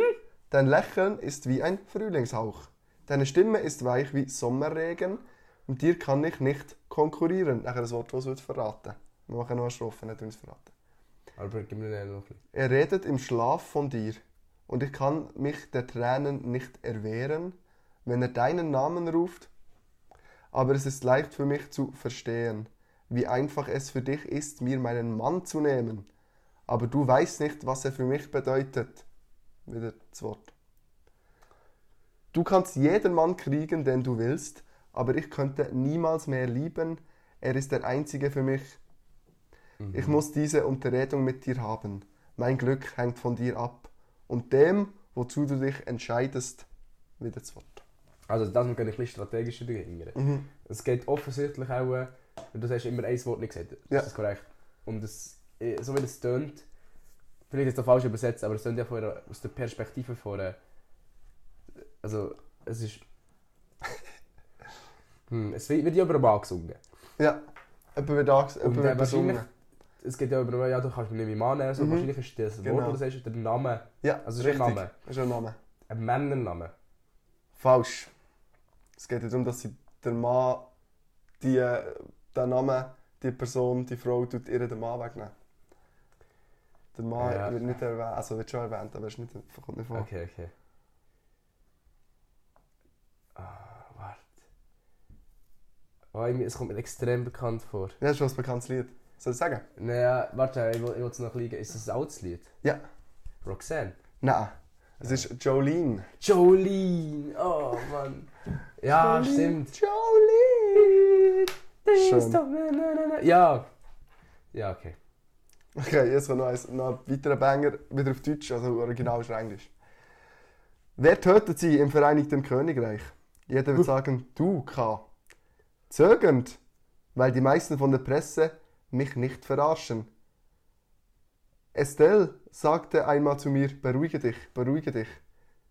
D: Dein Lächeln ist wie ein Frühlingshauch. Deine Stimme ist weich wie Sommerregen. Mit dir kann ich nicht konkurrieren. Nachher ein Wort, das wird verraten. Wir machen noch eine Strophe, nicht uns verraten.
E: Aber gib mir noch ein bisschen.
D: Er redet im Schlaf von dir. Und ich kann mich der Tränen nicht erwehren, wenn er deinen Namen ruft. Aber es ist leicht für mich zu verstehen, wie einfach es für dich ist, mir meinen Mann zu nehmen. Aber du weißt nicht, was er für mich bedeutet. Wieder das Wort. Du kannst jeden Mann kriegen, den du willst, aber ich könnte niemals mehr lieben. Er ist der Einzige für mich. Ich muss diese Unterredung mit dir haben. Mein Glück hängt von dir ab. Und dem, wozu du dich entscheidest, wieder das Wort.
E: Also, das muss ich ein bisschen strategisch dahinter.
D: Mhm.
E: Es geht offensichtlich auch, äh, du hast immer ein Wort nicht gesagt.
D: Ja.
E: Ist das korrekt? Und es, eh, so wie es tönt, vielleicht ist das falsch übersetzt, aber es tönt ja von einer, aus der Perspektive von. einer- Also, es ist. hm, es wird wird ja über einen Mann gesungen.
D: Ja, jemand wird anges-
E: Und
D: jemand
E: äh,
D: wird
E: wahrscheinlich.
D: besungen.
E: Es geht ja über, ja, du kannst mich nicht mehr Mann so wahrscheinlich ist das Wort,
D: Genau.
E: oder das ist der Name,
D: Ja,
E: Also es ist ein
D: richtig.
E: Name.
D: Es ist ein Name.
E: ein Männername.
D: Falsch. Es geht ja darum, dass sie der Mann, die, äh, den Namen, die Person, die Frau, tut ihr den Mann wegnehmen. Der Mann
E: Ja.
D: wird nicht erwähnt, also wird schon erwähnt, aber es ist nicht, kommt nicht vor.
E: Okay, okay. Ah, warte. Oh, irgendwie- es kommt mir extrem bekannt vor.
D: Ja, das ist schon ein bekanntes Lied. Soll ich sagen?
E: Naja, warte, ich will ich will's noch liegen. Ist das ein altes Lied?
D: Ja.
E: Roxanne?
D: Nein. Es ist Jolene.
E: Jolene! Oh, Mann. Ja, stimmt.
D: Jolene!
E: Things
D: Schön.
E: don't- na, na, na, na. Ja. Ja, okay.
D: Okay, jetzt kommt noch, eins, noch ein weiterer Banger, wieder auf Deutsch, also original ist Englisch. Wer tötet sie im Vereinigten Königreich? Jeder wird sagen, du, K. Zögernd, weil die meisten von der Presse mich nicht verarschen. Estelle sagte einmal zu mir, beruhige dich, beruhige dich.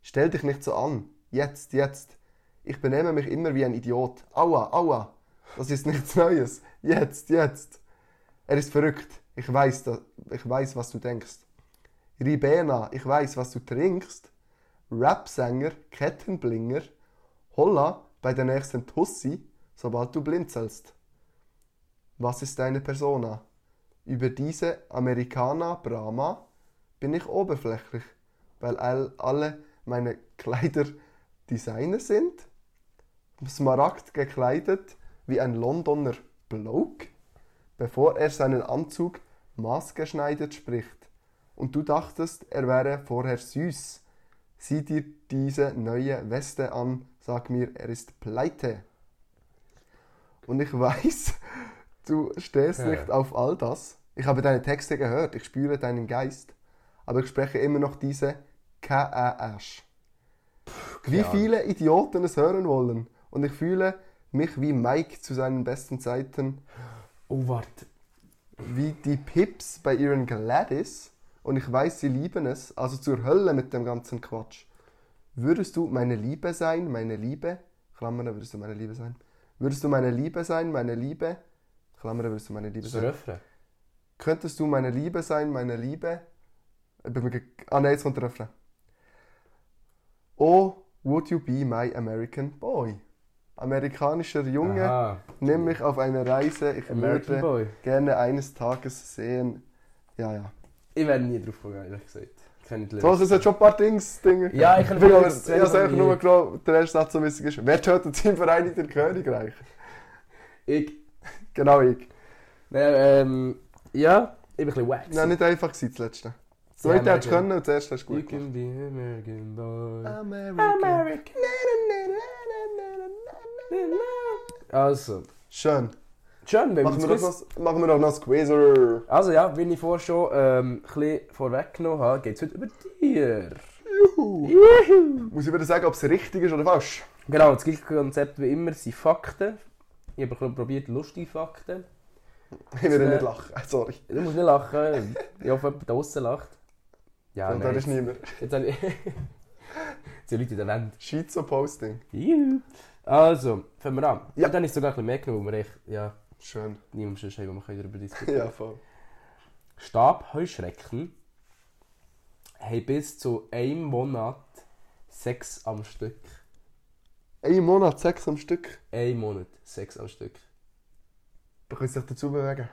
D: Stell dich nicht so an. Jetzt, jetzt. Ich benehme mich immer wie ein Idiot. Aua, aua. Das ist nichts Neues. Jetzt, jetzt. Er ist verrückt. Ich weiß, da- ich weiß was du denkst. Ribena, ich weiß, was du trinkst. Rapsänger, Kettenblinger. Holla, bei der nächsten Tussi, sobald du blinzelst. Was ist deine Persona? Über diese Amerikaner Brahma bin ich oberflächlich, weil all, alle meine Kleider Designer sind. Smaragd gekleidet wie ein Londoner Bloke, bevor er seinen Anzug maßgeschneidert spricht. Und du dachtest, er wäre vorher süß. Sieh dir diese neue Weste an, sag mir, er ist pleite. Und ich weiß, du stehst
E: Ja.
D: nicht auf all das. Ich habe deine Texte gehört, ich spüre deinen Geist. Aber ich spreche immer noch diese K.A.S. Wie viele Idioten es hören wollen. Und ich fühle mich wie Mike zu seinen besten Zeiten,
E: Oh, warte.
D: wie die Pips bei ihren Gladys. Und ich weiß, sie lieben es, also zur Hölle mit dem ganzen Quatsch. Würdest du meine Liebe sein, meine Liebe? Klammern, würdest du meine Liebe sein? Würdest du meine Liebe sein, meine Liebe? Klammern, würdest du meine Liebe
E: Das ist
D: sein?
E: ein Refrain.
D: Könntest du meine Liebe sein, meine Liebe? Ich bin mir ge- Ah nein, jetzt kommt der Refrain. Oh, would you be my American boy? Amerikanischer Junge,
E: Aha.
D: nimm mich auf eine Reise, ich
E: American
D: würde
E: Boy.
D: gerne eines Tages sehen. Ja, ja.
E: Ich wäre nie drauf gegangen, ehrlich gesagt. Ich kenne die
D: Doch,
E: Lyrics.
D: es hat schon ein paar Dings. Dinge.
E: Ja, ich kann
D: bin
E: mir
D: aber,
E: das
D: ich hab's einfach
E: nicht.
D: nur genommen, der erste Satz so witzig ist. Wer tötet sein Vereinigten Königreich?
E: Ich.
D: Genau ich.
E: Nein, ähm. Ja, ich bin ein bisschen wack.
D: Nein, nicht einfach gewesen, das letzte. Das zweite
E: Ja,
D: hättest du
E: American.
D: können und das erste hast du
E: You
D: gut gemacht.
E: can be American boy.
D: American.
E: Also.
D: Schön.
E: Schön, wenn
D: Machen wir,
E: wir
D: doch
E: das
D: noch, machen wir doch noch ein Quizzer.
E: Also ja, wie ich vorher schon ähm, ein bisschen vorweggenommen habe, geht es heute über Tier.
D: Muss ich wieder sagen, ob es richtig ist oder falsch?
E: Genau, das gleiche Konzept wie immer sind Fakten. Ich habe ein bisschen probiert, lustige Fakten.
D: Ich werde
E: Äh,
D: nicht lachen, sorry.
E: Du musst nicht lachen. Ich hoffe, jemand draußen lacht. Ja,
D: Und da
E: nein.
D: ist niemand.
E: Jetzt habe ich... Jetzt sind Leute in der Wand.
D: Schizo-Posting.
E: Juhu. Also, fangen wir an.
D: Ja.
E: Und dann ist es sogar ein bisschen mehr genommen, wo wir echt... Ja,
D: Schön.
E: niemand sonst haben, wo wir können darüber diskutieren
D: Ja, voll.
E: Stabheuschrecken haben bis zu einem Monat sechs am Stück.
D: Ein Monat, sechs am Stück.
E: Ein Monat, sechs am Stück.
D: Du kannst dich dazu bewegen.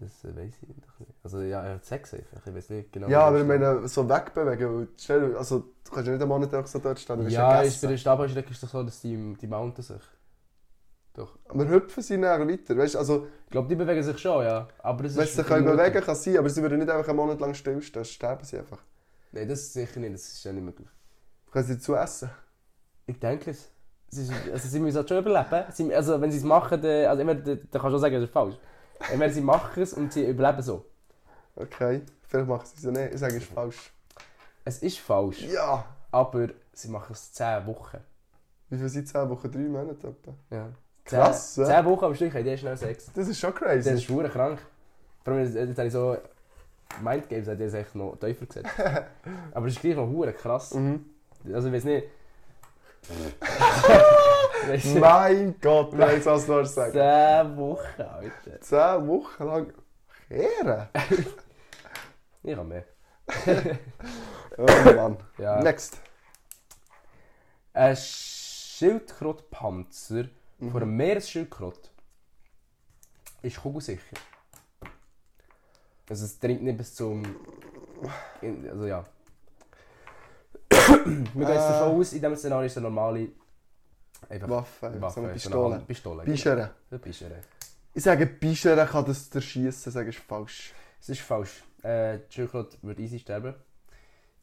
E: Das äh, weiß ich doch nicht. Also ja, er hat sechs einfach, ich weiß nicht genau.
D: Ja, aber
E: wie das
D: ich meine, so wegbewegen. weil Schnell, also, du kannst ja nicht einen Monat einfach so dort stehen. du
E: steht.
D: bist
E: Ja, ist bei
D: gegessen.
E: der Stabheuschrecke ist doch so, dass die, die mounten sich. Doch.
D: Aber hüpfen sie nachher weiter. Weißt du, also,
E: Ich glaube, die bewegen sich schon, ja. Aber es
D: wenn
E: ist...
D: sie sich können
E: nur-
D: bewegen kann sein, aber sie würden nicht einfach einen Monat lang stillstehen. Sterben sie einfach.
E: Nein, das sicher nicht, das ist ja nicht möglich.
D: Können sie dazu essen?
E: Ich denke es. es ist, also sie müssen es schon überleben. Sie, also wenn sie es machen, dann, also, ich meine, dann dann kannst du schon sagen, das ist falsch. Ich meine, sie machen es und sie überleben so.
D: Okay. Vielleicht machen sie es ja nicht. Ich sage, es ist falsch.
E: Es ist falsch,
D: Ja!
E: aber sie machen es 10 Wochen.
D: Wie viel sind 10 Wochen? 3 Monate etwa?
E: Ja.
D: Krass,
E: Zehn-
D: ja.
E: zehn Wochen am Stück haben die schnell Sex.
D: Das ist schon
E: Das
D: crazy.
E: ist schwuren krank. Vor allem, jetzt jetzt habe ich so... Mindgames hat jetzt echt noch tiefer gesetzt. Aber es ist gleich noch hure krass.
D: Mhm.
E: Also ich weiß nicht... Weißt du,
D: mein Gott, nein, jetzt hast du noch sagen.
E: Zehn Wochen, Alter.
D: 10 Wochen lang kehren.
E: Ich habe mehr.
D: Oh Mann.
E: Ja.
D: Next.
E: Ein Schildkrottpanzer
D: Mhm.
E: von einem Meeresschildkrott ist kugelsicher. Also es dringt nicht bis zum... in- Also ja. Wir gehen jetzt davon aus, in diesem Szenario ist der normale... Einfach
D: Waffe, Äh. so eine
E: ist
D: Pistole.
E: Hand- Pistole. genau.
D: Bischere.
E: Eine Pistole.
D: Ich sage, Bischere kann das zerschießen, sage ich falsch.
E: Es ist falsch. Äh, die Schildkröte würde easy sterben.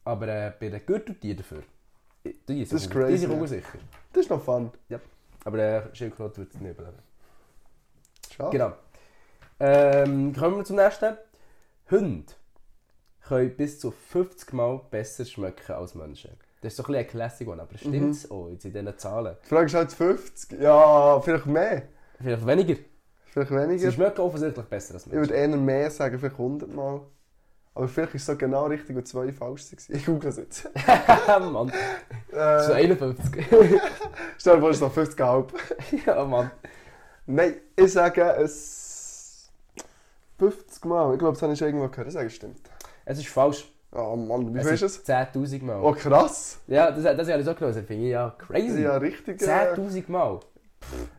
E: Aber äh, bei den Gürteltieren dafür... äh, Die sind
D: Das ist
E: kugel- Die
D: crazy,
E: sind
D: ja.
E: kugelsicher.
D: Das ist noch fun.
E: Ja. Aber der Schildkröte wird es nicht überleben.
D: Schade.
E: Genau. Ähm, kommen wir zum nächsten. Hunde können bis zu 50 Mal besser schmecken als Menschen. Das ist so ein bisschen ein Classic One, aber
D: Mhm.
E: stimmt es auch jetzt in diesen Zahlen?
D: Die Frage ist halt 50. Ja, vielleicht mehr.
E: Vielleicht weniger.
D: Vielleicht
E: Sie
D: weniger.
E: schmecken offensichtlich besser als
D: Ich
E: Menschen.
D: würde eher mehr sagen, vielleicht 100 Mal. Aber vielleicht war es so genau richtig und zwei falsch. gewesen. Ich google es jetzt.
E: Mann, das ist
D: Äh,
E: 51.
D: stell dir vor, es ist noch 50 halb.
E: ja, Mann.
D: Nein, ich sage es 50 Mal. Ich glaube, das habe ich schon irgendwo gehört. Ich sage, es stimmt.
E: Es ist falsch.
D: Oh Mann, wie
E: Es
D: viel ist es?
E: 10.000 Mal.
D: Oh krass!
E: Ja, das, das habe ich auch gelesen. Finde ich ja crazy.
D: Ja, richtig. Äh,
E: 10.000 Mal.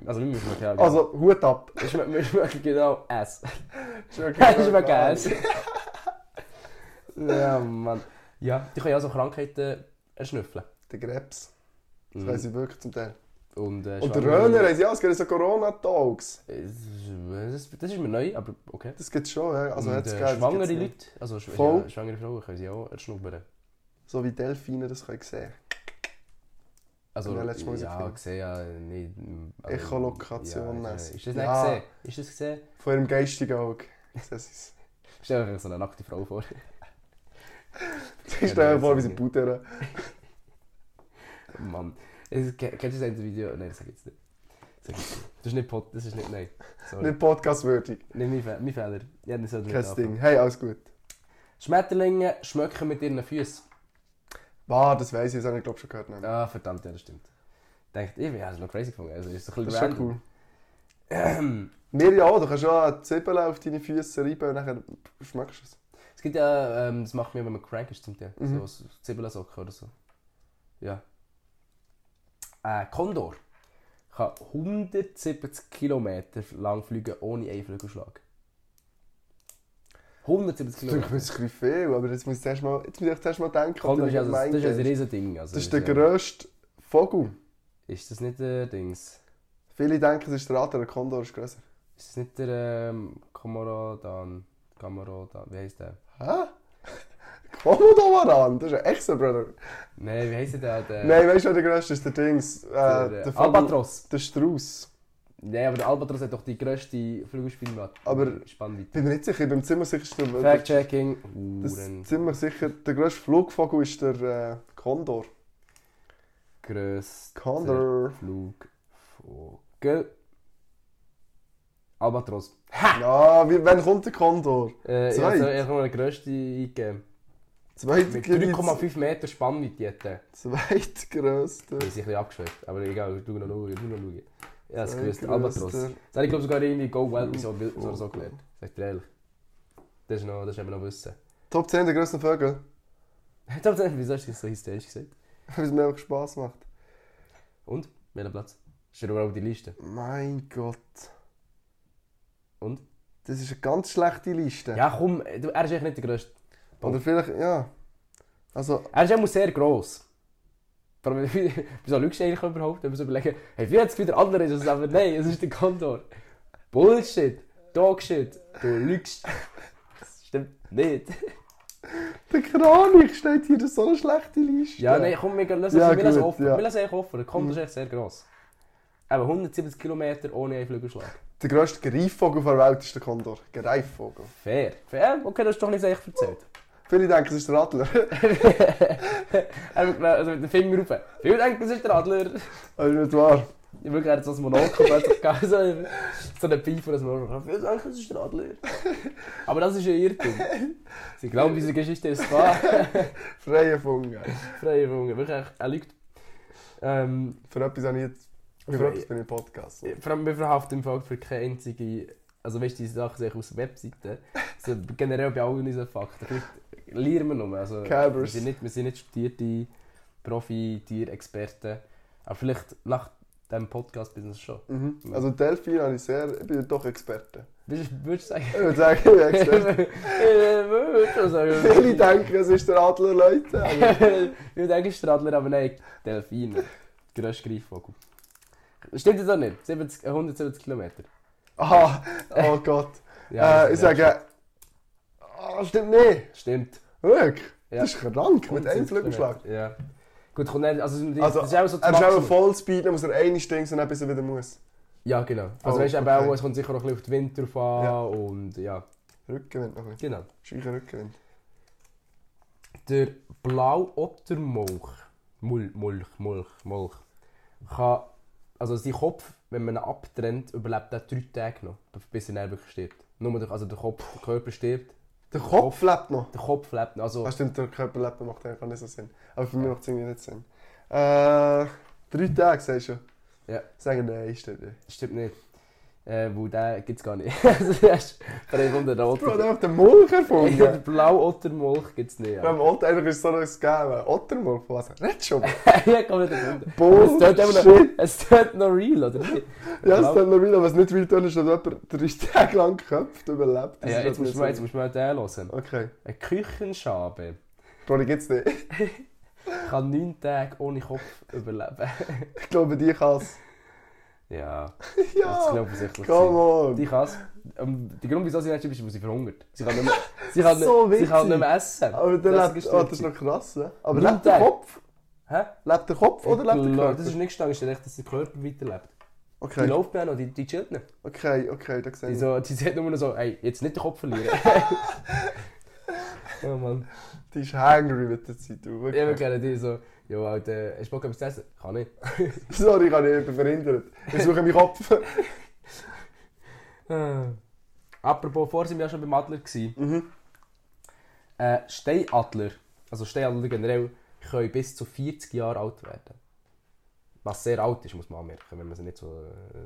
E: Also, nicht mehr genau.
D: also, Hut ab.
E: Ich schmecke ich schmecke genau Ass.
D: Ist wirklich
E: Ich schmecke
D: geil.
E: Ass. ja, Mann. Ja, die können ja auch so Krankheiten erschnüffeln.
D: Der Krebs. Das
E: Mhm.
D: weiss ich wirklich zum Teil.
E: Und, äh,
D: Und der
E: Schwangere-
D: Röner, haben sie auch, es gibt so Corona-Talks.
E: Äh, Das, das ist mir neu, aber okay.
D: Das gibt es schon, ja. Also,
E: Und,
D: hat's
E: äh,
D: gegeben, das
E: schwangere
D: gibt's nicht.
E: Leute, also sch
D: Voll.
E: ja, schwangere Frauen können sie auch erschnuppern.
D: So wie Delfine das können sehen.
E: Also,
D: Ja, letztes Mal
E: ja,
D: gesehen.
E: gesehen, ja, nicht... Also,
D: Echolokation
E: ja, äh,
D: mässig.
E: Ist das nicht
D: Ja.
E: gesehen? Ist das gesehen?
D: Von ihrem geistigen Auge. Das ist
E: Stell dir so eine nackte Frau vor.
D: es. Stell dir vor, wie sie pudern.
E: Mann. Es, kennst du das eine Video? Nein, das sag ich jetzt nicht. Das, sag ich jetzt nicht. das ist nicht Pod, das ist nicht, nein. Sorry.
D: Nicht podcastwürdig.
E: Nicht mein, Fe mein Fehler. Ja, das sollte
D: Kein Ding. Hey, alles gut.
E: Schmetterlinge schmecken mit ihren Füßen.
D: Wow, das weiss ich, das habe ich glaube schon gehört. Ne?
E: Ah, verdammt, ja, das stimmt. Denkt, ich habe es noch crazy gefunden. Also, ist so ein
D: Das
E: bisschen
D: ist schon
E: random.
D: cool. Mir ja auch, du kannst ja eine Zippel auf deine Füße reiben und dann schmeckst du es.
E: Es gibt ja, ähm, das macht mir, wenn man crank ist zum Teil.
D: Mhm.
E: So Zibelasocke oder so. Ja. Äh, Kondor kann 170 Kilometer lang fliegen ohne einen Flügelschlag. 170
D: Ich denke
E: Kilometer.
D: mir, das ist ein bisschen viel, aber jetzt muss ich zuerst mal, jetzt muss ich zuerst mal denken. ob
E: Kondor
D: du
E: ist, also,
D: nicht
E: das ist ein
D: meinst.
E: Riesending. Also,
D: Das ist der
E: ja-
D: grösste Vogel.
E: Ist das nicht der Dings?
D: Viele denken, es ist der Adler, der Kondor ist grösser.
E: Ist das nicht der ähm, Komodoran? Komodoran, wie heißt der?
D: Hä? Komodowaran, das ist ein echter Bruder.
E: Nein, wie heißt der? der
D: Nein, weißt du, wer der grösste ist der Dings. Äh,
E: der,
D: der,
E: äh,
D: Vogel-
E: Albatros.
D: Der Strauß.
E: Nein, aber der Albatros hat doch die grösste Flügelspannweite.
D: Aber-
E: Spannweite.
D: Bin mir nicht sicher, ich bin ziemlich sicher, ist der- der,
E: Fact-Checking.
D: das
E: Uhren.
D: ziemlich sicher, der grösste Flugvogel ist der äh, Kondor.
E: Grösster
D: Kondor.
E: Flugvogel. Albatros.
D: Ja, wie, wann kommt der Kondor?
E: Äh, ich
D: Zweit.
E: habe einfach mal eine grösste eingegeben.
D: Zweite
E: Mit 3,5 Meter Spannweite hat der.
D: Zweitgrößte.
E: Das ist ein bisschen abgeschwächt. Aber egal, du noch schauen, du noch schauen. Ja, das
D: Zwei
E: gewusst.
D: grösste. Oh,
E: Albatros. Das habe ich glaube sogar irgendwie Go Wild so, so, so gelernt. Sagt ihr ehrlich. Das ist noch, das haben wir noch wissen.
D: Top 10 der grössten Vögel.
E: Jetzt habt ihr- Wieso hast du das so hysterisch gesagt?
D: Weil es mir einfach Spass macht.
E: Und? Welcher Platz? Ist ja überall auf die Liste.
D: Mein Gott.
E: Und?
D: Das ist eine ganz schlechte Liste.
E: Ja komm, du, er ist echt nicht der grösste.
D: Oder vielleicht, ja. Also,
E: Er ist auch sehr gross. Vor allem, wie- wieso lügst du eigentlich überhaupt? Wenn wir so überlegen, hey, wie hat es wieder andere ist, als aber nein, es ist der Kondor. Bullshit, Dogshit, du lügst. Das stimmt nicht.
D: der Kranich steht hier, das ist so eine schlechte Liste.
E: Ja, nein, komm, wir gehen- lass
D: Ja,
E: uns- wir lassen
D: gut,
E: offen.
D: ja. Mm.
E: Wir lassen eigentlich offen, der Kondor ist dus echt sehr gross. Aber 170 km ohne einen Flügelschlag.
D: Der grösste Greifvogel der Welt ist der Kondor. Greifvogel.
E: Fair. Fair? Okay, das ist doch nicht eigentlich verzählt.
D: Viele denken, es ist der Adler.
E: Einfach genau, also mit dem Finger rauf. Viele denken, es ist der Adler.
D: Aber nicht wahr.
E: Ich wirklich er hat so ein Monokel plötzlich gegeben, so, eine- so eine Pfeife und ein Monokel. Ich denke, das ist der Adler. Aber das ist ein Irrtum. Sie glauben, diese Geschichte ist wahr.
D: Freie Funge.
E: Freie Junge, wirklich, er lügt. Ähm,
D: Für etwas habe ich jetzt... Für
E: Ja,
D: etwas bin ich im Podcast.
E: vor allem, wir verhaften im Fall für keine einzige... Also weißt du, diese Sachen sehe ich aus Webseiten. So, generell bei allen unseren Fakten. Vielleicht lernen wir nur. Also,
D: Cabers.
E: wir, sind nicht, wir sind nicht studierte Profi-Tierexperten. Aber vielleicht nach diesem Podcast bist du es schon.
D: Mhm. Also Delfin habe ich sehr... Ich bin doch Experte.
E: Würdest du- würdest du sagen...
D: Ich würde sagen, ich bin Experte. Viele
E: Viele
D: denken, es ist der Adler, Leute. Aber
E: Ich denke Stradler, aber nein, Delfine. Der grösste Greifvogel. Stimmt das auch nicht? 70, 170 Kilometer.
D: Ah, oh Gott.
E: Ja,
D: äh, ich
E: ja,
D: sage, ah, stimmt nicht.
E: Stimmt.
D: Wirklich?
E: Ja.
D: Das ist krank, mit einem
E: 170
D: Flügelschlag.
E: Kilometer, Ja. Gut, kommt nicht, also, das
D: Also,
E: ist auch so das
D: er ist auch
E: Maximum.
D: Vollspeed, dann muss er eine Stinks und dann bis er wieder muss.
E: Ja, genau. Also
D: Oh,
E: weißt du, eben
D: okay.
E: auch, es kommt sicher noch ein bisschen auf den Wind drauf an
D: Ja.
E: und ja,
D: Rückgewinn noch ein bisschen.
E: genau.
D: Scheiche Rückgewinn.
E: Der Blautottermolch, Mulch, Mulch, Mulch, Mulch, kann, also sein Kopf, wenn man ihn abtrennt, überlebt er drei Tage noch, bis er dann wirklich stirbt. Nur durch, also der Kopf, der Körper stirbt,
D: Der Kopf lebt noch.
E: Der Kopf lebt noch. Also,
D: Ah, stimmt, der Körper lebt noch, macht eigentlich auch nicht so Sinn. Aber für mich macht es irgendwie nicht Sinn. Äh, drei Tage, sagst du schon.
E: ja,
D: Sagen nein, stimmt nicht.
E: stimmt nicht. Äh, weil den gibt es gar nicht. also, der ist frei von der
D: Bro, der
E: Roten.
D: hat den Mulch
E: Den
D: erfunden.
E: Blau-Ottermolch gibt es nicht. Ja.
D: Beim Otto einfach ist so noch ein Game. Ottermulch, was? Red schon.
E: ja, komm nicht erfunden. Es tut immer noch,
D: Bullshit.
E: es tut noch real, oder nicht?
D: Oh, Ja, es tut noch wieder, was nicht real tun ist, dass jemand drei Tage lang geköpft überlebt. Das
E: Ja,
D: ist
E: jetzt
D: halt
E: musst
D: nicht
E: du mal, jetzt musst du mal den hören.
D: Okay.
E: Eine Küchenschabe
D: Bro, die gibt's nicht.
E: kann neun Tage ohne Kopf überleben.
D: Ich glaube, die kann's.
E: ja, das ist
D: Ja,
E: offensichtlich.
D: come on.
E: Die kann es. Ähm, der Grund, wieso sie nicht stirbt, ist, weil sie verhungert. Sie kann nicht mehr, sie kann
D: So
E: nicht, sie
D: witzig.
E: kann nicht mehr essen.
D: Aber der
E: Deswegen
D: lebt...
E: stirbt
D: Oh, das ist
E: sie.
D: noch krass, ne? Aber
E: Neun
D: lebt der
E: Tage.
D: Kopf?
E: Hä?
D: Lebt der Kopf oder lebt der
E: Klar, Das
D: Körper?
E: ist nicht gestanden, ist echt, dass der Körper weiterlebt. Die
D: Okay,
E: läuft ja noch, die, die chillt nicht.
D: okay, okay, da sehe
E: Die,
D: ich.
E: so, die sagt nur noch so, ey, jetzt nicht den Kopf verlieren. oh Mann.
D: Die ist hangry mit der Zeit, du.
E: Ich habe
D: wirklich.
E: gerne die so, jo, Alter, hast du Bock etwas zu essen? Kann nicht.
D: Sorry, ich habe jemanden verhindert. Ich suche meinen Kopf.
E: Äh, Apropos, vorher sind wir ja schon beim Adler. Gewesen.
D: Mhm.
E: Äh, Steinadler, also Steinadler generell, können bis zu 40 Jahre alt werden. Was sehr alt ist, muss man anmerken, wenn man sie nicht so...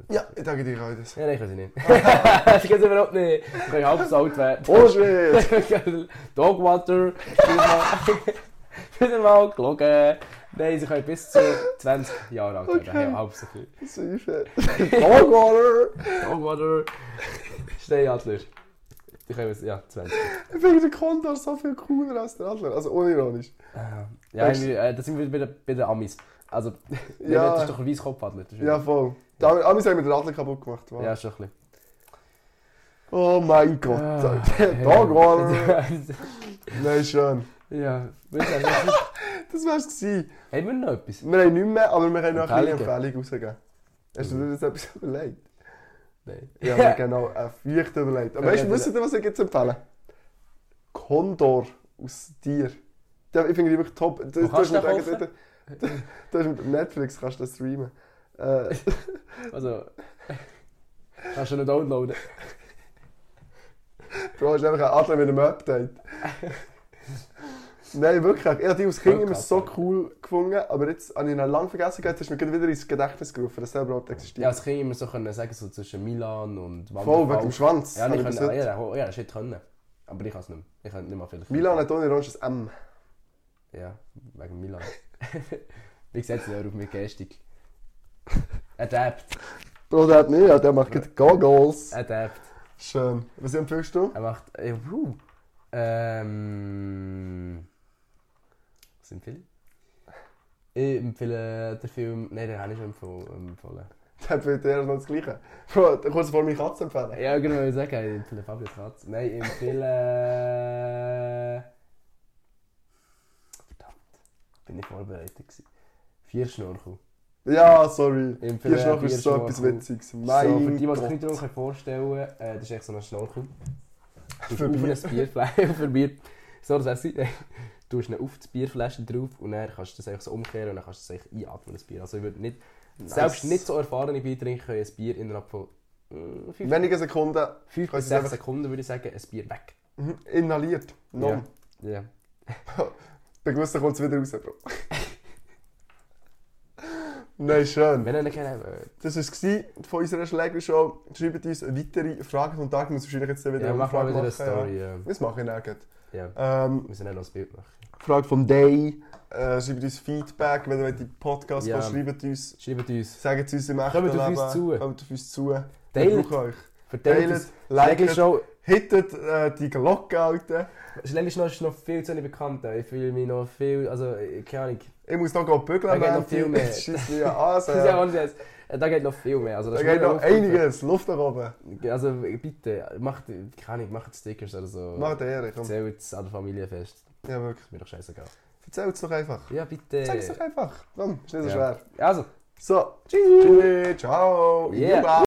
E: Äh,
D: Ja, ich danke dir auch. das.
E: ja, nein, können sie nicht. das geht überhaupt nicht. Sie können halb so alt werden.
D: Oh shit!
E: Dogwater, wieder mal gelogen. Nein, sie können bis zu 20 Jahre alt werden.
D: Okay.
E: Ja, halb so viel.
D: Seife. Dogwater!
E: Dogwater, Steinadler. Die können bis, ja, 20.
D: Ich finde den Kondor so viel cooler als der Adler. Also unironisch.
E: Äh, Ja,
D: Weißt-
E: irgendwie, äh, das sind wir bei den, bei den Amis. Also,
D: Ja.
E: das ist doch ein weißes Kopfadler. das ist-
D: Ja, voll. Da, Amis haben wir den Adler kaputt gemacht. Mann.
E: halt ja, ist doch ein bisschen.
D: Oh mein Gott.
E: Ah,
D: Dogwater! Nein, schön.
E: ja, wir sagen, das ist-
D: Das wär's gewesen.
E: haben wir noch etwas?
D: Wir haben nichts mehr, aber wir können noch eine kleine
E: Empfehlungen.
D: Empfehlung rausgeben. Hast du dir das etwas überlegt?
E: Nein.
D: Ja, wir genau. Äh, vielleicht überlegt. Aber
E: Ja,
D: weißt du,
E: ja,
D: wisst ihr, was ich jetzt empfehle? Kondor aus Tier. Ja, Ich finde die wirklich top. Du,
E: Wo
D: hast
E: kannst
D: mit
E: du den
D: eigentlich- du- du- du hast mit Netflix kannst du das streamen. Äh,
E: Also, kannst du noch downloaden.
D: du hast einfach einen Adler mit einem Update. Nein, wirklich. Ich habe die als Kind immer so cool gefunden, aber jetzt habe ich ihn lange vergessen. Jetzt hast du mir gerade wieder ins Gedächtnis gerufen, dass der überhaupt
E: Ja,
D: existiert.
E: das kann ich immer so können sagen, so zwischen Milan und
D: Voll, wegen
E: Wanderfalk.
D: dem Schwanz.
E: Ja,
D: habe
E: ich
D: bis
E: kann,
D: heute-
E: ja, ja, ja, ich hätte können. Aber ich kann es nicht mehr. Ich kann nicht mal vielleicht.
D: Milan hat ohne Orange ein M.
E: Ja, wegen Milan. Wie gesagt, sie auf meine Gestik. Adapt,
D: Bro, der hat nicht, ja, der macht gerade Goggles.
E: adapt.
D: Schön. Was empfiehlst du?
E: Er macht. Äh, wuh. Ähm. Was empfehle ich? Ich empfehle den Film. Nein, den habe ich schon empfohlen. empfohlen.
D: Dann wird er noch das Gleiche. Bro, kurz vor meine Katze empfehlen.
E: Ja, genau, ich sage, ich empfehle Fabio Katz. Nein, ich empfehle. Verdammt. Bin ich vorbereitet gewesen. Vier Schnorchel.
D: Ja, sorry.
E: Ich empfehle
D: Bierschnauch ist so
E: Bierschnauch.
D: etwas Witziges.
E: so,
D: Mein
E: für die, die sich
D: Gott.
E: nicht darunter vorstellen können, äh, das ist echt so ein Schnorchel. Du
D: Für Bier.
E: hast auf ein Bierfläschchen, für Bier. So, das heißt, du hast ihn auf das Bierfläschchen drauf und dann kannst du das einfach so umkehren und dann kannst du es eigentlich einatmen, das Bier. Also ich würde nicht, selbst nicht so erfahrene Biertrinker können ein Bier innerhalb von
D: In wenigen Sekunden
E: 5
D: kannst
E: bis
D: du es
E: 6 Sekunden, würde ich sagen, ein Bier weg.
D: Mhm. inhaliert. Nom.
E: Ja. Ja.
D: Bei gewissen kommt es wieder raus, Bro. Nein, schön.
E: Wenn ihr ihn kennt, äh,
D: Das war es von unserer Schlägershow. Schreibt uns weitere Fragen und Tag. muss wahrscheinlich jetzt wieder
E: ja, mach mal
D: Frage
E: wieder eine
D: machen,
E: Story. Ja.
D: Ja. Das mache ich dann gleich.
E: Ja.
D: Ähm,
E: Wir sind nicht noch ein Bild machen.
D: Frage vom Day. Äh, schreibt uns Feedback, wenn ihr wollt, die Podcast
E: Ja.
D: ja. schreibt uns.
E: Schreibt uns.
D: Sagen sie uns im echten
E: Kommt auf uns
D: Leben.
E: zu.
D: Kommt auf uns zu. Wir
E: Teilt.
D: brauchen euch.
E: Verteilt
D: Teilt,
E: uns. Schläglich
D: liket,
E: Show.
D: hittet äh, die Glocke, Alter.
E: Schläglich Show ist noch viel zu nicht bekannt. Ich fühle mich noch viel. Also, ich- keine Ahnung.
D: Ich muss noch gehen bügeln,
E: Da geht noch
D: Mann.
E: viel mehr.
D: Das scheisst mich ja an.
E: Das ist ja
D: Alter.
E: ohne Scheiß. Äh, Da geht noch viel mehr. Also, das
D: Da
E: ist
D: geht
E: nur
D: noch
E: Aufruf.
D: einiges. Luft nach oben.
E: Also, bitte, macht, keine Ahnung, macht Stickers oder so.
D: Mach den Ehre, komm.
E: Erzählt es an der Familie fest.
D: Ja, wirklich.
E: Ist mir doch scheißegal.
D: Erzähl's doch einfach.
E: Ja, bitte.
D: Sag's doch einfach. Komm, ist nicht so
E: Ja.
D: schwer.
E: Also.
D: So, tschüss. Ciao.
E: Yeah.
D: Bye.